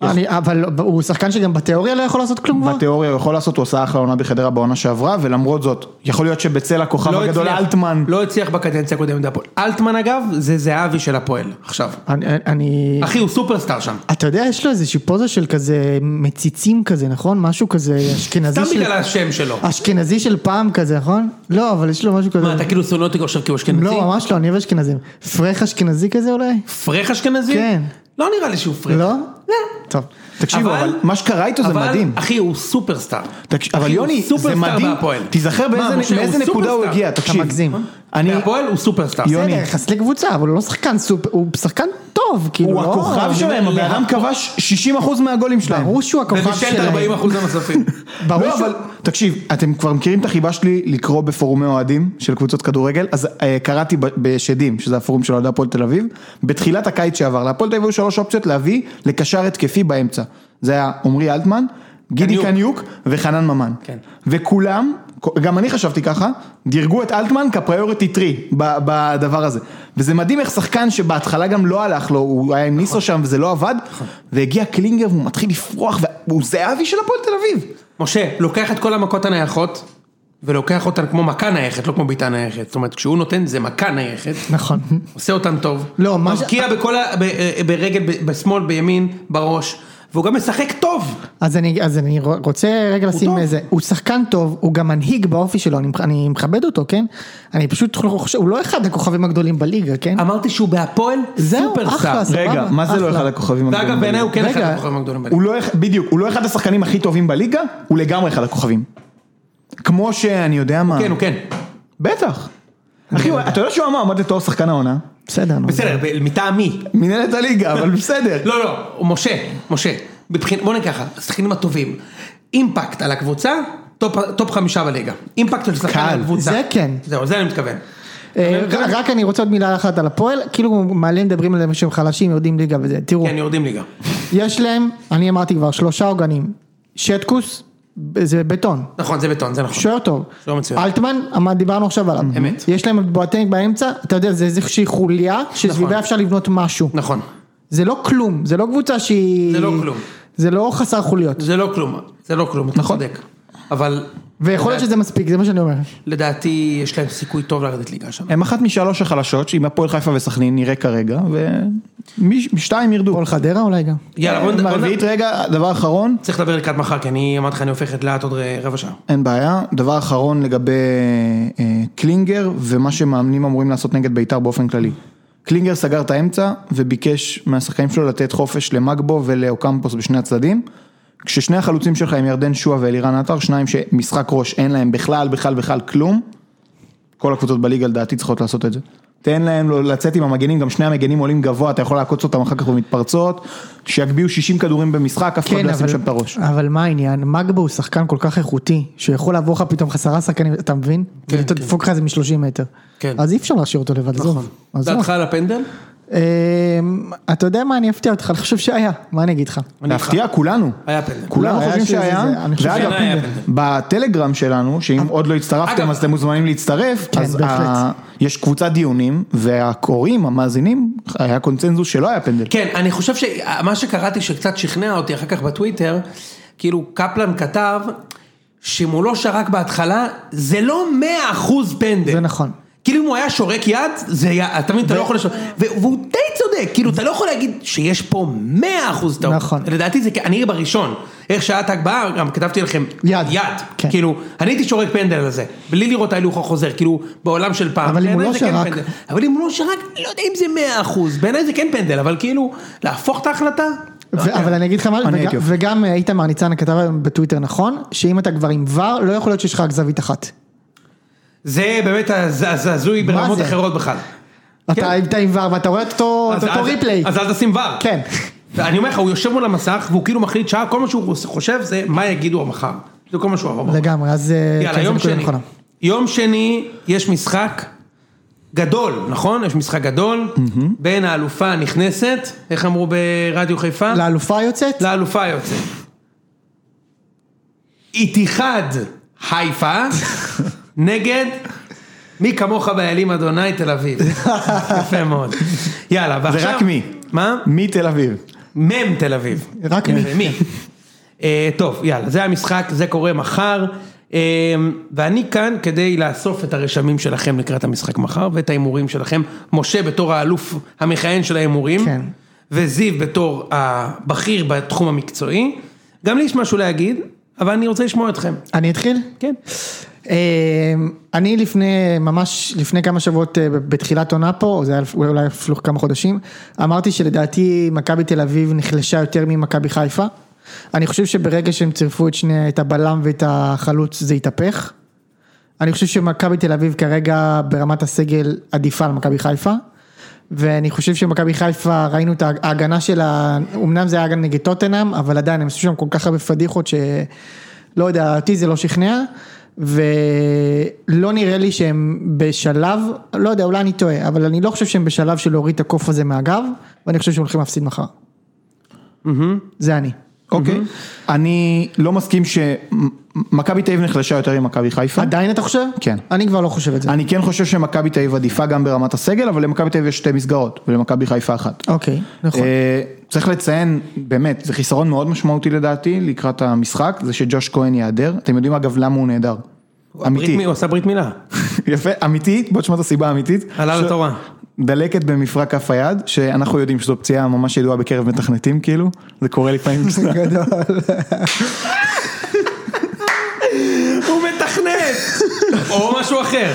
אני- אבל הוא שחקן שגם בתיאוריה לא יכול לעשות כלום כבר?
בתיאוריה הוא יכול לעשות, הוא עשה אחלה עונה בחדרה בעונה שעברה, ולמרות זאת, יכול להיות שבצל הכוכב
לא
הגדול
הצליח-
אלטמן,
לא הצליח בקדנציה הקודמת בהפועל. אלטמן אגב, זה זהבי של הפועל. עכשיו.
אני- אני...
אחי, הוא סופרסטאר שם.
אתה יודע, יש לו איזושהי פוזה של כזה מציצים כזה, נכון? משהו כזה אשכנזי
סתם
של...
בגלל השם שלו.
אה, אשכנזי של פעם כזה, נכון? לא, אבל יש לו משהו כזה.
מה, אתה כאילו שונא אותי עכשיו כי הוא אשכנזי?
לא, ממש לא, אני אוהב אשכנזים. פרח אשכנזי כזה אולי?
פרח אשכנזי?
כן.
לא נראה לי שהוא פרח.
לא?
לא.
טוב.
תקשיבו, אבל מה שקרה איתו זה
אבל,
מדהים.
אחי, הוא סופרסטאר.
תקש-
אחי,
אבל
הוא
יוני, זה
סופרסטאר
מדהים,
בהפועל.
תיזכר
מה,
באיזה-
משה, הוא
מאיזה נקודה הוא
סופרסטאר.
הגיע, תקשיב.
מגזים.
אני,
בהפועל הוא סופרסטאר.
יוני,
בסדר, יחס לקבוצה, אבל הוא לא שחקן סופר, הוא שחקן טוב, כאילו.
הוא
לא-
הכוכב שלהם, הבן אדם כבש 60% מהגולים שלהם.
ברור שהוא הכוכב
ובישל את
שלהם.
40 אחוז הנוספים.
ברור
לא,
שהוא-
אבל תקשיב, אתם כבר מכירים את החיבה שלי לקרוא בפורומי אוהדים של קבוצות כדורגל, אז אה, קראתי ב- בשדים, שזה הפורום של אוהדי הפועל תל אביב, בתחילת הקיץ שעבר, להפועל תל אביב היו שלוש אופציות להביא לקשר התקפי באמצע. זה היה עמרי אלטמן, גידי
קניוק.
קניוק וחנן ממן.
כן.
וכולם, גם אני חשבתי ככה, דירגו את אלטמן כפריוריטי טרי ב- בדבר הזה. וזה מדהים איך שחקן שבהתחלה גם לא הלך לו, הוא היה עם
נכון.
ניסו שם וזה לא עבד, והגיע קלינגר והוא מתחיל לפרוח, והוא זהבי של הפועל תל אביב.
משה, לוקח את כל המכות הנייחות, ולוקח אותן כמו מכה נייחת, לא כמו בעיטה נייחת. זאת אומרת, כשהוא נותן זה מכה נייחת,
נכון.
עושה אותן טוב.
לא, מה ש-
מבקיע בכל ה... ב- אה, ברגל, ב- בשמאל, בימין, בראש, והוא גם משחק טוב.
אז אני, אז אני רוצה רגע לשים
טוב.
איזה, הוא שחקן טוב, הוא גם מנהיג באופי שלו, אני, אני מכבד אותו, כן? אני פשוט חושב, הוא לא אחד הכוכבים הגדולים בליגה, כן?
אמרתי שהוא בהפועל
זהו,
סופרסטאר.
אחלה, סבבה.
רגע, מה זה לא
אחלה.
אחד הכוכבים הגדולים?
ואגב, בעיניי הוא כן אחד
רגע.
הכוכבים הגדולים בליגה.
הוא לא, אח- בדיוק, הוא לא אחד השחקנים הכי טובים בליגה, הוא לגמרי אחד הכוכבים. כמו שאני יודע
לא-
מה.
כן, הוא כן.
בטח. אחי, הוא- אתה יודע שהוא אמר, עמד לתואר שחקן העונה?
בסדר, נו.
בסדר, ב- מטעם מי?
מנהלת הליגה, אבל בסדר.
לא, לא, משה, משה. בבחינ- בוא נגיד ככה, השחקנים הטובים. אימפקט על הקבוצה, טופ- טופ חמישה בליגה. אימפקט של שחקן
קל.
על הקבוצה.
זה כן.
זהו, זה אני מתכוון.
אה, ר- רק אני רוצה עוד מילה אחת על הפועל, כאילו מלא מדברים עליהם שהם חלשים, יורדים ליגה וזה, תראו,
כן, יורדים ליגה.
יש להם, אני אמרתי כבר, שלושה עוגנים, שטקוס, ב- זה בטון,
נכון, זה בטון, זה נכון.
שוער טוב,
שוער מצוין.
אלטמן, אמר- דיברנו עכשיו עליו,
אמת.
יש להם את בואטנק באמצע, אתה יודע, זה איזושהי חוליה,
נכון.
שסביבה אפשר לבנות משהו,
נכון.
זה לא כלום, זה לא קבוצה שהיא...
זה לא כלום.
זה לא חסר חוליות.
זה לא כלום, זה לא כלום, אתה צודק. אבל...
נכון. ויכול להיות
לדע-
שזה מספיק, זה מה שאני אומר.
לדעתי, יש להם סיכוי טוב לרדת ליגה שם.
הם אחת משלוש החלשות, שעם הפועל חיפה וסכנין נראה כרגע, ומשתיים ירדו.
פועל חדרה אולי גם.
יאללה, בוא נ- בוא נ...
רביעית, רגע, דבר אחרון,
צריך לדבר לקראת מחר, כי אני אמרתי לך, אני הופך את לאט עוד ר- רבע שעה.
אין בעיה. דבר אחרון לגבי אה, קלינגר, ומה שמאמנים אמורים לעשות נגד בית"ר באופן כללי. קלינגר סגר את האמצע, וביקש מהשחקנים שלו לתת חופש למגבו ולאוקמפוס בשני הצדדים. כששני החלוצים שלך הם ירדן שועה ואלירן עטר, שניים שמשחק ראש אין להם בכלל, בכלל, בכלל כלום. כל הקבוצות בליגה לדעתי צריכות לעשות את זה. תן להם לו- לצאת עם המגנים, גם שני המגנים עולים גבוה, אתה יכול לעקוץ אותם אחר כך במתפרצות, שיגביהו 60 כדורים במשחק, אף אחד
כן,
לא ישים
אבל,
שם את הראש.
אבל מה העניין? מגבו הוא שחקן כל כך איכותי, שיכול לעבור לך פתאום חסרה שחקנים, אתה מבין?
כן,
ואתה
כן.
תדפוק לך איזה מ-30 מטר.
כן. נכון.
אז אי אפשר להשאיר אותו לבד, עזוב. עזוב.
דעתך על הפנדל?
אמ, אתה יודע מה, אני אפתיע אותך, אני חושב שהיה, מה אני אגיד לך?
אני איתך.
להפתיע כולנו.
היה פנדל.
כולם
לא, היה
חושבים
שזה-
שהיה,
זה- אני חושב
ואגב,
שזה היה פנדל.
בטלגרם שלנו, שאם עוד לא הצטרפתם
אגב-
אז אתם מוזמנים להצטרף,
כן,
אז
בהחלט.
ה- יש קבוצת דיונים, והקוראים, המאזינים, היה קונצנזוס שלא היה פנדל.
כן, אני חושב שמה שקראתי שקצת שכנע אותי אחר כך בטוויטר, כאילו קפלן כתב, שאם הוא לא שרק בהתחלה, זה לא מאה אחוז פנדל.
זה נכון.
כאילו אם הוא היה שורק יד, זה היה, אתה מבין, אתה לא יכול לשורק, ו- והוא די צודק, כאילו אתה לא יכול להגיד שיש פה מאה אחוז טעות.
נכון.
לדעתי זה, כ- אני בראשון, איך שהיה את ההגבהה, גם כתבתי לכם,
יד.
יד.
כן.
כאילו, אני הייתי שורק פנדל על זה, בלי לראות ההילוך החוזר, כאילו, בעולם של פעם.
אבל אם הוא
בעיניי
לא
זה כן
שרק-
פנדל. אבל אם הוא לא שרק, לא יודע אם זה מאה אחוז, בעיניי זה כן פנדל, אבל כאילו, להפוך את ההחלטה? לא
ו-
יודע.
אבל אני אגיד לך מה,
אני
וגם-
הייתי הופך.
וגם אה, איתמר ניצן כתב היום בטוויטר נכון, שאם אתה כבר עם ור, לא יכול להיות שיש לך רק זווית אחת.
זה באמת הז- הזעזוי ברמות
זה?
אחרות בכלל.
אתה עם- אתה עם ור ואתה רואה את אותו את
כן. אז-
אותו
אז-
ריפליי.
אז אל תשים ור.
כן.
אני אומר לך, הוא יושב מול המסך, והוא כאילו מחליט שעה, כל מה שהוא חושב זה מה יגידו מחר. זה כל מה שהוא עבר. בראש.
לגמרי, אז... אה, כן,
יאללה,
זה
יום
נקודה
שני.
נכונה.
יום שני, יש משחק גדול, נכון? יש משחק גדול, בין האלופה הנכנסת, איך אמרו ברדיו חיפה?
לאלופה היוצאת?
לאלופה יוצא. איתיחד חיפה נגד מי כמוך בעלים אדוני תל אביב. יפה מאוד. יאללה, ועכשיו...
רק מי.
מה?
מתל אביב.
מ"ם תל אביב.
רק
כן,
מי.
זה מי. אה, טוב, יאללה, זה המשחק, זה קורה מחר. אה, ואני כאן כדי לאסוף את הרשמים שלכם לקראת המשחק מחר ואת ההימורים שלכם. משה בתור האלוף המכהן של ההימורים.
כן.
וזיו בתור הבכיר בתחום המקצועי. גם לי יש משהו להגיד, אבל אני רוצה לשמוע אתכם.
אני אתחיל?
כן.
אה, אני לפני, ממש לפני כמה שבועות אה, בתחילת עונה פה, או זה היה אולי אפילו כמה חודשים, אמרתי שלדעתי מכבי תל אביב נחלשה יותר ממכבי חיפה. אני חושב שברגע שהם צירפו את שני, את הבלם ואת החלוץ זה התהפך. אני חושב שמכבי תל אביב כרגע ברמת הסגל עדיפה על מכבי חיפה. ואני חושב שמכבי חיפה ראינו את ההגנה שלה, אמנם זה היה גם נגד טוטנאם, אבל עדיין הם עשו שם כל כך הרבה פדיחות שלא יודע, אותי זה לא שכנע. ולא נראה לי שהם בשלב, לא יודע, אולי אני טועה, אבל אני לא חושב שהם בשלב של להוריד את הקוף הזה מהגב, ואני חושב שהם הולכים להפסיד מחר. זה אני.
אוקיי. אני לא מסכים שמכבי תל אביב נחלשה יותר עם מכבי חיפה.
עדיין אתה חושב?
כן.
אני כבר לא חושב את זה.
אני כן חושב שמכבי תל אביב עדיפה גם ברמת הסגל, אבל למכבי תל אביב יש שתי מסגרות, ולמכבי חיפה אחת.
אוקיי, נכון.
אה, צריך לציין, באמת, זה חיסרון מאוד משמעותי לדעתי לקראת המשחק, זה שג'וש כהן ייעדר. אתם יודעים אגב למה הוא נהדר.
ברית מי-
אמיתי.
הוא עשה ברית מילה.
יפה, אמיתית, בוא תשמע את הסיבה האמיתית.
עלה
ש-
לתורה.
דלקת במפרק כף היד, שאנחנו יודעים שזו פציעה ממש ידועה בקרב מתכנתים כאילו, זה קורה לפעמים במשחק.
הוא מתכנת! או משהו אחר.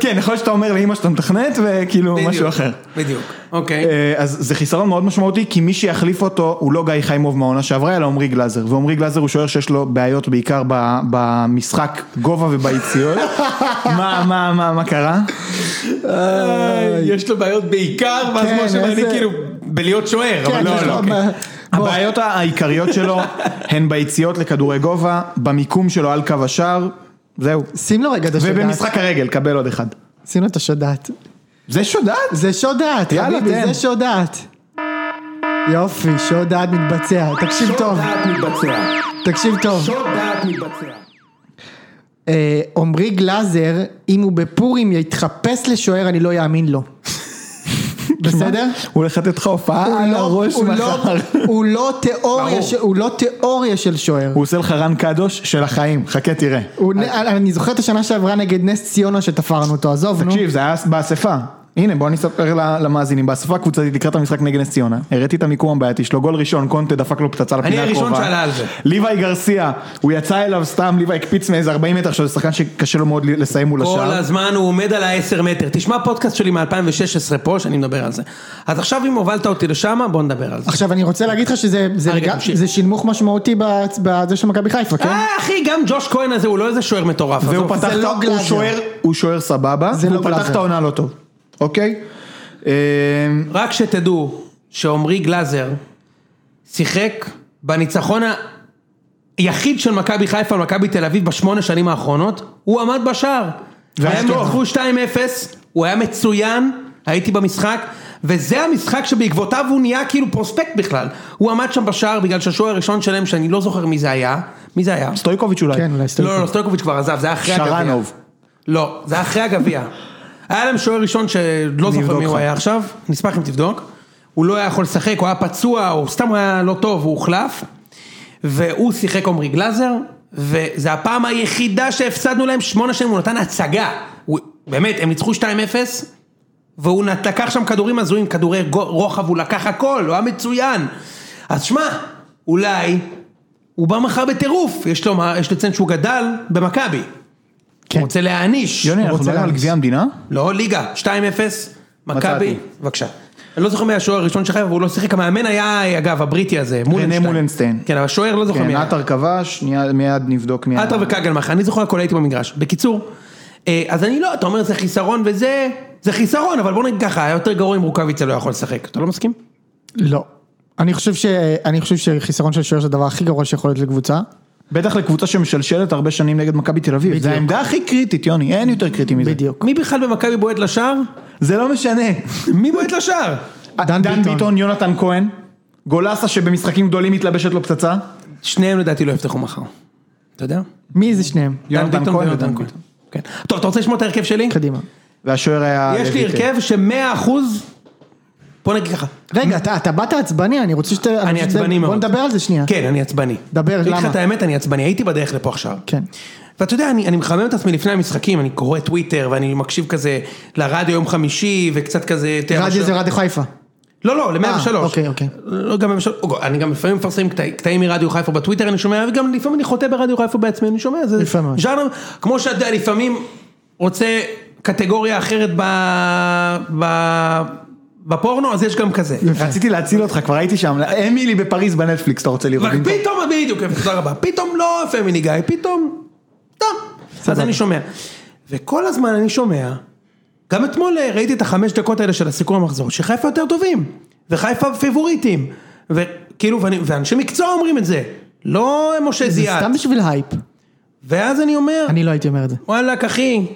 כן, יכול להיות שאתה אומר לאמא שאתה מתכנת וכאילו משהו
בדיוק.
אחר.
בדיוק. אוקיי.
אה, אז זה חיסרון מאוד משמעותי, כי מי שיחליף אותו הוא לא גיא חיימוב מהעונה שעברה, אלא עמרי גלאזר. ועמרי גלאזר הוא שוער שיש לו בעיות בעיקר ב- במשחק גובה וביציאות. מה, מה, מה, מה קרה?
יש לו בעיות בעיקר, ואז
כן,
משה ואני
איזה-
כאילו בלהיות שוער, אבל לא,
יש
לא.
לו
אוקיי.
כן, מה- בוא,
הבעיות העיקריות שלו הן ביציאות לכדורי גובה, במיקום שלו על קו השער, זהו.
שים לו רגע את השודעת.
ובמשחק הרגל, קבל עוד אחד.
שים לו את השודעת.
זה שודד?
זה שודעת,
יאללה,
חביבי,
תן.
זה שודעת. יופי, שודעת מתבצע. תקשיב טוב, תקשיב טוב. אה, עמרי גלאזר, אם הוא בפורים יתחפש לשוער, אני לא יאמין לו. בסדר?
הוא הולך לתת לך הופעה
הוא
אה, על
לא-
הראש
הוא לא-
מחר.
הוא לא תיאוריה
ברור.
של- הוא לא תיאוריה של שוער.
הוא אה, עושה לך רן קדוש של החיים, חכה תראה.
הוא נ- אני זוכר את השנה שעברה נגד נס ציונה שתפרנו אותו, עזוב נו.
תקשיב, זה היה באספה. הנה, בוא נספר ל- למאזינים. באספה הקבוצתית לקראת המשחק נגד נס ציונה, הראיתי את המיקום הבעייתי שלו, גול ראשון, קונטה דפק לו פצצה לפינה הקרובה.
הראשון שעלה על זה.
ליוואי גרסיה, הוא יצא אליו סתם, ליוואי הקפיץ מאיזה 40 מטר, שזה שחקן שקשה לו מאוד ל- לסיים מול
כל
השער.
הזמן הוא עומד על ה-10 מטר. תשמע פודקאסט שלי מ-2016 פה, שאני מדבר על זה. אז עכשיו אם הובלת אותי לשם, בוא נדבר על זה.
עכשיו אני רוצה להגיד לך שזה זה
רגע,
גם-
תמשיך.
זה שילמוך משמעותי בצ- בזה של מכבי חיפה, כן?
אה, אחי, גם ג'וש כהן הזה הוא לא איזה שוער מטורף.
והוא
עזוב.
פתח,
זה
את
לא
ה- הוא
גלאזר.
שוער- הוא שוער סבבה,
זה לא
והוא פתח
גלאזר.
את העונה לא טוב. אוקיי? אמ,
רק שתדעו שעמרי גלאזר שיחק בניצחון היחיד של מכבי חיפה על מכבי תל אביב בשמונה שנים האחרונות, הוא עמד בשער.
והיה
והם
טוב.
ניצחו 2-0, הוא היה מצוין, הייתי במשחק, וזה המשחק שבעקבותיו הוא נהיה כאילו פרוספקט בכלל. הוא עמד שם בשער בגלל שהשוער הראשון שלהם, שאני לא זוכר מי זה היה, מי זה היה?
סטויקוביץ' אולי.
כן, אולי
לא, לא, לא, סטויקוביץ' כבר עזב, זה היה אחרי הגביע.
שרנוב.
לא, זה היה אחרי הגביע. היה להם שוער ראשון שלא זוכר
אבדוק
מי הוא
לך.
היה עכשיו, נשמח אם תבדוק. הוא לא היה יכול לשחק, הוא היה פצוע, הוא סתם היה לא טוב, הוא הוחלף. והוא שיחק עמרי גלאזר, וזו הפעם היחידה שהפסדנו להם שמונה שנים, הוא נתן הצגה. הוא, באמת, הם ניצחו 2-0, והוא נת- לקח שם כדורים הזויים, כדורי גו- רוחב, הוא לקח הכל, הוא היה מצוין. אז שמע, אולי הוא בא מחר בטירוף, יש לו מה- יש לציין שהוא גדל במכבי.
כן.
הוא רוצה להעניש.
יוני,
הוא
אנחנו לא
רוצה
מדברים על
להעניש.
גביע המדינה?
לא, ליגה, 2-0, מכבי,
מצאתי.
בבקשה. אני לא זוכר מי השוער הראשון שלך, אבל הוא לא שיחק, המאמן היה, אגב, הבריטי הזה, מולנשטיין.
מולנשטיין.
כן, אבל השוער לא זוכר
כן,
מי היה.
עטר כבש, שנייה, מיד נבדוק מי...
עטר וקגלמך, אני זוכר הכל הייתי במגרש. בקיצור, אה, אז אני לא, אתה אומר זה חיסרון וזה, זה חיסרון, אבל בוא נגיד ככה, היה יותר גרוע אם רוקאביצה לא יכול לשחק. אתה לא מסכים?
לא. אני חושב ש... אני חושב שחיסרון של שוער זה הדבר הכי גרוע שיכול להיות לקבוצה.
בטח לקבוצה שמשלשלת הרבה שנים נגד מכבי תל אביב. זה העמדה הכי קריטית, יוני, אין יותר קריטי מזה.
בדיוק.
מי בכלל במכבי בועט לשער?
זה לא משנה.
מי בועט לשער?
דן
דן
ביטון.
ביטון, יונתן כהן, גולסה שבמשחקים גדולים מתלבשת לו פצצה.
שניהם לדעתי לא יפתחו מחר. אתה יודע?
מי זה שניהם?
יונתן
דן ביטון
כהן
ויונתן
ודן
כהן. כן. טוב, אתה רוצה לשמוע את ההרכב שלי?
קדימה.
והשוער היה...
יש לי
לויטל.
הרכב שמאה אחוז, בוא נגיד ככה,
רגע, אתה, אתה באת עצבני, אני רוצה שאתה...
אני
רוצה-
עצבני מאוד.
בוא נדבר על זה שנייה.
כן, אני עצבני.
דבר,
אני אגיד
למה?
לך את האמת, אני עצבני, הייתי בדרך לפה עכשיו.
כן.
ואתה יודע, אני, אני מחמם את עצמי לפני המשחקים, אני קורא טוויטר, ואני מקשיב כזה לרדיו יום חמישי, וקצת כזה... אתה יודע,
רדיו
משהו-
זה רדיו חיפה.
לא, לא, ל-103.
אה, אוקיי, אוקיי.
לא, גם ב- אוקיי, אני גם לפעמים מפרסם קטע- קטעים מרדיו חיפה בטוויטר, אני שומע, וגם לפעמים אני חוטא ברדיו חיפה בעצמי, אני שומע, זה...
יפה מאוד.
ז'אנר, כמו שאתה יודע, לפעמים רוצה קטגוריה אחרת ב... ב... בפורנו אז יש גם כזה.
רציתי להציל אותך, כבר הייתי שם, אמילי בפריז בנטפליקס, אתה רוצה לראות.
רק פתאום, בדיוק, יפה, תודה רבה, פתאום לא פמיני גיא, פתאום, טוב, אז אני שומע. וכל הזמן אני שומע, גם אתמול אה, ראיתי את החמש דקות האלה של הסיכום המחזור, שחיפה יותר טובים, וחיפה פיבוריטים, וכאילו, ואני- ואנשי מקצוע אומרים את זה, לא משה
זה
זיאת.
סתם בשביל הייפ.
ואז אני אומר,
אני לא הייתי אומר את זה.
וואלכ אחי,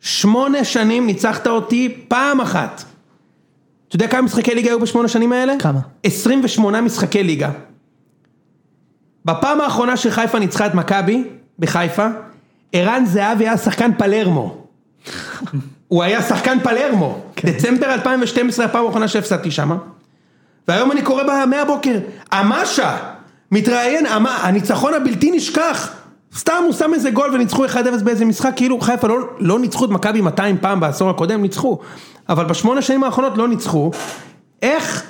שמונה שנים ניצחת אותי פעם אחת. אתה יודע כמה משחקי ליגה היו בשמונה שנים האלה?
כמה?
28 משחקי ליגה. בפעם האחרונה שחיפה ניצחה את מכבי, בחיפה, ערן זהבי היה שחקן פלרמו. הוא היה שחקן פלרמו. דצמבר 2012 הפעם האחרונה שהפסדתי שמה. והיום אני קורא ב- מהבוקר, אמשה, מתראיין, אמ- הניצחון הבלתי נשכח. סתם הוא שם איזה גול וניצחו 1-0 באיזה משחק, כאילו חיפה לא, לא ניצחו את מכבי 200 פעם בעשור הקודם, ניצחו. אבל בשמונה שנים האחרונות לא ניצחו. איך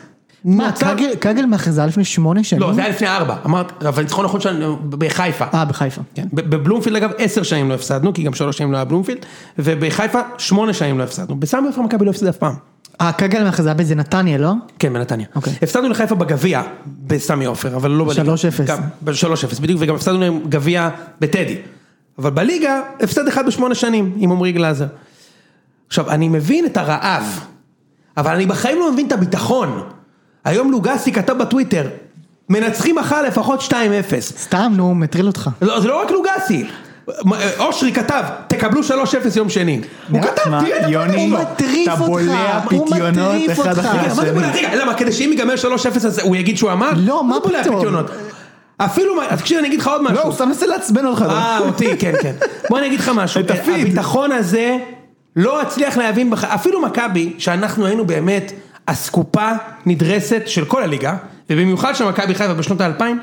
מה, קגל- קגל מאחזה לפני שמונה שנים?
לא, זה היה לפני ארבע. אמרת, אבל הניצחון האחרון שלנו בחיפה.
אה, בחיפה.
כן. ב- בבלומפילד אגב עשר שנים לא הפסדנו, כי גם שלוש שנים לא היה בלומפילד, ובחיפה שמונה שנים לא הפסדנו. בסמי עופר מכבי לא הפסיד אף פעם.
אה, קגל מאחזה היה באיזה נתניה, לא?
כן, בנתניה.
אוקיי.
הפסדנו לחיפה בגביע בסמי עופר, אבל לא בליגה.
3-0.
גם- ב-3-0, בדיוק, וגם הפסדנו להם גביע בטדי. אבל בליגה, הפסד אחד בשמונה שנים, עם עמרי גלאזר. עכשיו, אני מבין את הרעב, אבל אני בחיים לא מבין את הביטחון. היום לוגסי כתב בטוויטר, מנצחים מחר לפחות 2-0.
סתם, נו, מטריל אותך.
לא, זה לא רק לוגסי. אושרי כתב, תקבלו 3-0 יום שני. הוא כתב,
מה,
תראה את
יוני,
הפרק שלו.
לא. אתה בולע פיתיונות אחד אחרי
רגע, מה זה בולע? רגע, למה? כדי שאם ייגמר 3-0 אז הוא יגיד שהוא אמר?
לא, מה
זה בולע
פתאום?
פיתיונות. אפילו, מה- אז תקשיב, אני אגיד לך עוד משהו.
לא, הוא סתם מנסה לעצבן אותך.
אה, אותי, כן, כן. בוא אני אגיד לך משהו.
את הפיד.
הביטחון הזה, לא אצליח להבין, בח- אפילו מכבי, שאנחנו היינו באמת אסקופה נדרסת של כל הליגה, ובמיוחד של מכבי חיפה בשנות האלפיים,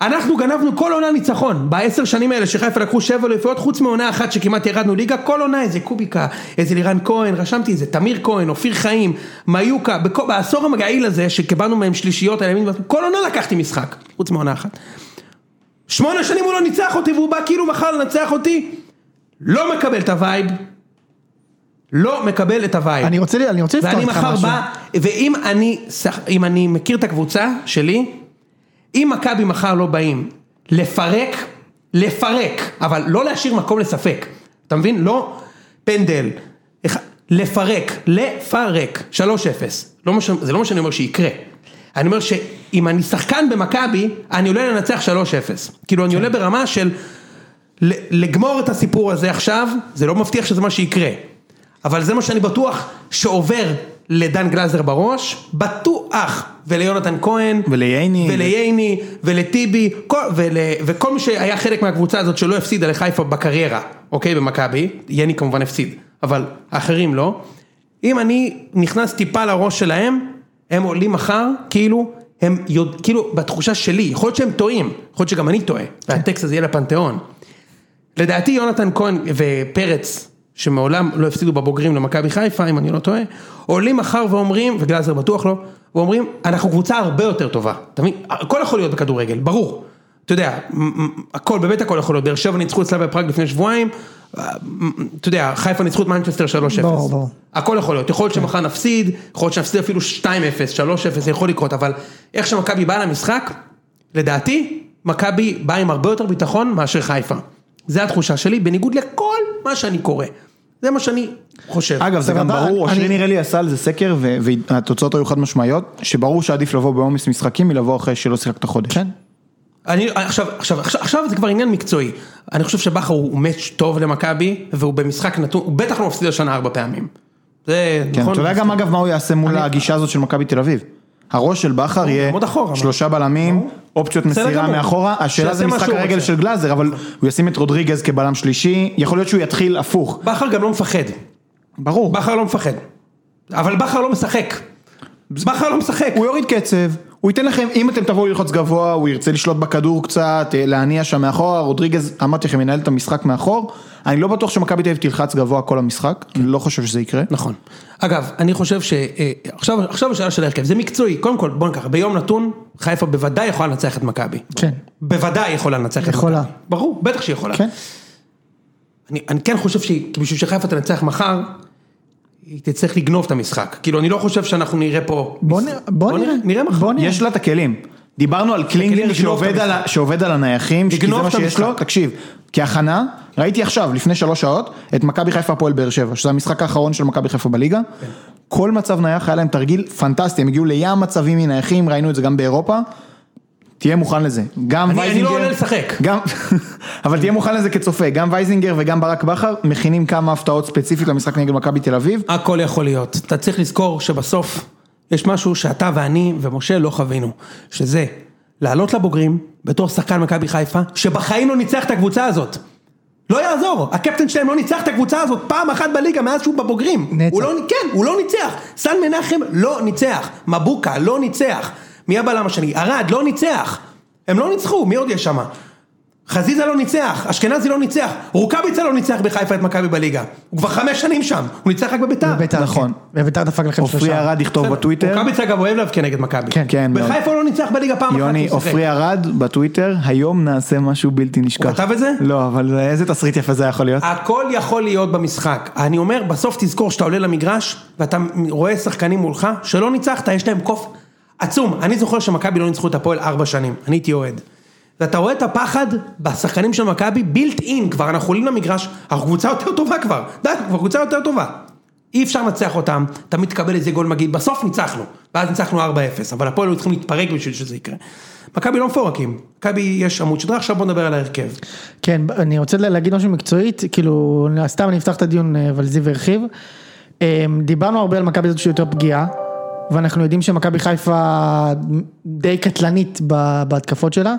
אנחנו גנבנו כל עונה ניצחון, בעשר שנים האלה שחיפה לקחו שבע אליפויות, חוץ מעונה אחת שכמעט ירדנו ליגה, כל עונה איזה קוביקה, איזה לירן כהן, רשמתי איזה תמיר כהן, אופיר חיים, מיוקה, בכ... בעשור המגעיל הזה שקיבלנו מהם שלישיות על ימין, ועל- כל עונה לקחתי משחק, חוץ מעונה אחת. שמונה שנים הוא לא ניצח אותי והוא בא כאילו מחר לנצח אותי, לא מקבל את הווייב, לא מקבל את הווייב.
אני רוצה אני רוצה לפתור
ואני
אותך
מחר
משהו.
בא, ואם אני, שח- אם אני מכיר את הקבוצה שלי, אם מכבי מחר לא באים לפרק, לפרק, אבל לא להשאיר מקום לספק, אתה מבין? לא פנדל, אח- לפרק, לפרק, 3-0, לא מה ש- זה לא מה שאני אומר שיקרה, אני אומר שאם אני שחקן במכבי, אני עולה לנצח 3-0, כאילו
כן.
אני עולה ברמה של ל- לגמור את הסיפור הזה עכשיו, זה לא מבטיח שזה מה שיקרה. אבל זה מה שאני בטוח שעובר לדן גלזר בראש, בטוח, וליונתן כהן,
ולייני.
ולייני, ולטיבי, כל, ול, וכל מי שהיה חלק מהקבוצה הזאת שלא הפסידה לחיפה בקריירה, אוקיי, במכבי, יני כמובן הפסיד, אבל האחרים לא. אם אני נכנס טיפה לראש שלהם, הם עולים מחר, כאילו, הם יודע, כאילו, בתחושה שלי, יכול להיות שהם טועים, יכול להיות שגם אני טועה, והטקסט הזה יהיה לפנתיאון. לדעתי יונתן כהן ופרץ, שמעולם לא הפסידו בבוגרים למכבי חיפה, אם אני לא טועה, עולים מחר ואומרים, וגלאזר בטוח לא, ואומרים, אנחנו קבוצה הרבה יותר טובה. אתה מבין? הכל יכול להיות בכדורגל, ברור. אתה יודע, מ- מ- הכל, באמת הכל יכול להיות. באר שבע ניצחו את סלאביה פראג לפני שבועיים, אה, מ- אתה יודע, חיפה ניצחו את מנצ'סטר 3-0.
ברור, ברור.
הכל יכול להיות, יכול להיות
כן.
שמחר נפסיד, יכול להיות שנפסיד אפילו 2-0, 3-0, זה יכול לקרות, אבל איך שמכבי באה למשחק, לדעתי, מכבי באה עם הרבה יותר ביטחון מאשר חיפה. זה התחושה שלי, בניגוד לכל מה שאני קורא. זה מה שאני חושב.
אגב, זה
סבבה,
גם ברור,
אני-
אושרי נראה לי עשה על זה סקר, ו- והתוצאות היו חד משמעיות, שברור שעדיף לבוא בעומס משחקים מלבוא אחרי שלא שיחקת חודש.
כן.
אני, עכשיו, עכשיו, עכשיו, עכשיו זה כבר עניין מקצועי. אני חושב שבכר הוא הוא מאץ' טוב למכבי, והוא במשחק נתון, הוא בטח לא מפסיד השנה ארבע פעמים. זה
כן,
נכון?
אתה יודע גם אגב מה הוא יעשה מול הגישה הזאת של מכבי תל אביב. הראש של בכר יהיה
עוד אחורה, מה?
שלושה בלמים, אופציות
בסדר
מסירה
גמור.
מאחורה, השאלה
שיעשה
זה
מה
משחק
שהוא
הרגל
רוצה. נכון.
של גלאזר, אבל הוא ישים את רודריגז כבלם שלישי, יכול להיות שהוא יתחיל הפוך.
בכר גם לא מפחד.
ברור.
בכר לא מפחד. אבל בכר לא משחק. בכר לא משחק.
הוא יוריד קצב, הוא ייתן לכם, אם אתם תבואו ללחוץ גבוה, הוא ירצה לשלוט בכדור קצת, אה, להניע שם מאחורה, רודריגז, אמרתי לכם, ינהל את המשחק מאחור, אני לא בטוח שמכבי תל אביב תלחץ גבוה כל המשחק, אני לא חושב שזה יקרה.
נכון. אגב, אני חושב ש... אה, עכשיו, עכשיו השאלה של ההרכב, זה מקצועי. קודם כל, בוא ניקח, ביום נתון, חיפה בוודאי יכולה לנצח את מכבי.
כן.
בוודאי יכולה לנצח את מכבי.
יכולה. כן.
ברור, בטח שהיא יכולה.
כן.
אני, אני כן חושב שבשביל שחיפה תנצח מחר, היא תצטרך לגנוב את המשחק. כאילו, אני לא חושב שאנחנו נראה פה...
בוא
מש-
נ- בוא נראה.
נראה מחר.
בוא נראה.
יש לה את הכלים. דיברנו על קלינגר
לגנוב את
שעובד על, ה-
המשחק.
שעובד על הנייחים, כי זה
לגנוב
מה
את
שיש לו,
המשחק.
תקשיב, כהכנה, ראיתי עכשיו, לפני שלוש שעות, את מכבי חיפה הפועל באר שבע, שזה המשחק האחרון של מכבי חיפה בליגה, כל מצב נייח היה להם תרגיל פנטסטי, הם הגיעו לים מצבים מנייחים, ראינו את זה גם באירופה, תהיה מוכן לזה, גם
אני- אני
וייזינגר,
לא עולה לשחק.
גם, אבל תהיה מוכן לזה כצופה, גם וייזינגר וגם ברק בכר מכינים כמה הפתעות ספציפית למשחק נגד מכבי תל אביב,
הכל יכול להיות. אתה צריך לזכור שבסוף יש משהו שאתה ואני ומשה לא חווינו, שזה לעלות לבוגרים בתור שחקן מכבי חיפה, שבחיים לא ניצח את הקבוצה הזאת. לא יעזור, הקפטן שלהם לא ניצח את הקבוצה הזאת פעם אחת בליגה מאז שהוא בבוגרים.
נצח.
הוא לא, כן, הוא לא ניצח. סן מנחם לא ניצח. מבוקה לא ניצח. מי הבלם השני? ערד לא ניצח. הם לא ניצחו, מי עוד יש שם? חזיזה לא ניצח, אשכנזי לא ניצח, רוקאביצה לא ניצח בחיפה את מכבי בליגה. הוא כבר חמש שנים שם, הוא ניצח רק בביתר.
בביתר,
נכון.
כן. בביתר דפק לכם
עופרי
שלושה.
ארד יכתוב בטוויטר,
רוקאביצה אגב אוהב להבקיע נגד מכבי.
כן.
כן, מאוד.
בחיפה הוא לא ניצח בליגה פעם אחת.
יוני,
הוא שיחק.
עופרי ארד בטוויטר, היום נעשה משהו בלתי נשכח.
הוא כתב את זה?
לא, אבל איזה תסריט יפה זה יכול להיות.
הכל יכול להיות במשחק. אני אומר, בסוף תזכור שאתה עולה למגרש, ואתה רואה שחקנים מולך, שלא ניצחת, יש להם קוף עצום. אני זוכר שמכבי לא ניצחו את הפועל ארבע שנים, אני הייתי אוהד. ואתה רואה את הפחד בשחקנים של מכבי בילט אין כבר, אנחנו עולים למגרש, אנחנו קבוצה יותר טובה כבר, די, אנחנו כבר קבוצה יותר טובה. אי אפשר לנצח אותם, תמיד תקבל איזה גול מגעיל, בסוף ניצחנו, ואז ניצחנו 4-0, אבל הפועל היו צריכים להתפרק בשביל שזה יקרה. מכבי לא מפורקים, מכבי יש עמוד שדרה, עכשיו בוא נדבר על ההרכב.
כן, אני רוצה לה- להגיד משהו מקצועית, כאילו, סתם אני אפתח את הדיון, אה, אבל זיו הרחיב. אה, דיברנו הרבה על מכבי זאת שהיא יותר פגיעה, ואנחנו יודעים שמכבי חיפה די קטלנית ב- בהתקפות שלה.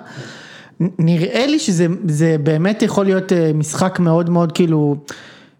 נ- נראה לי שזה זה באמת יכול להיות אה, משחק מאוד מאוד כאילו,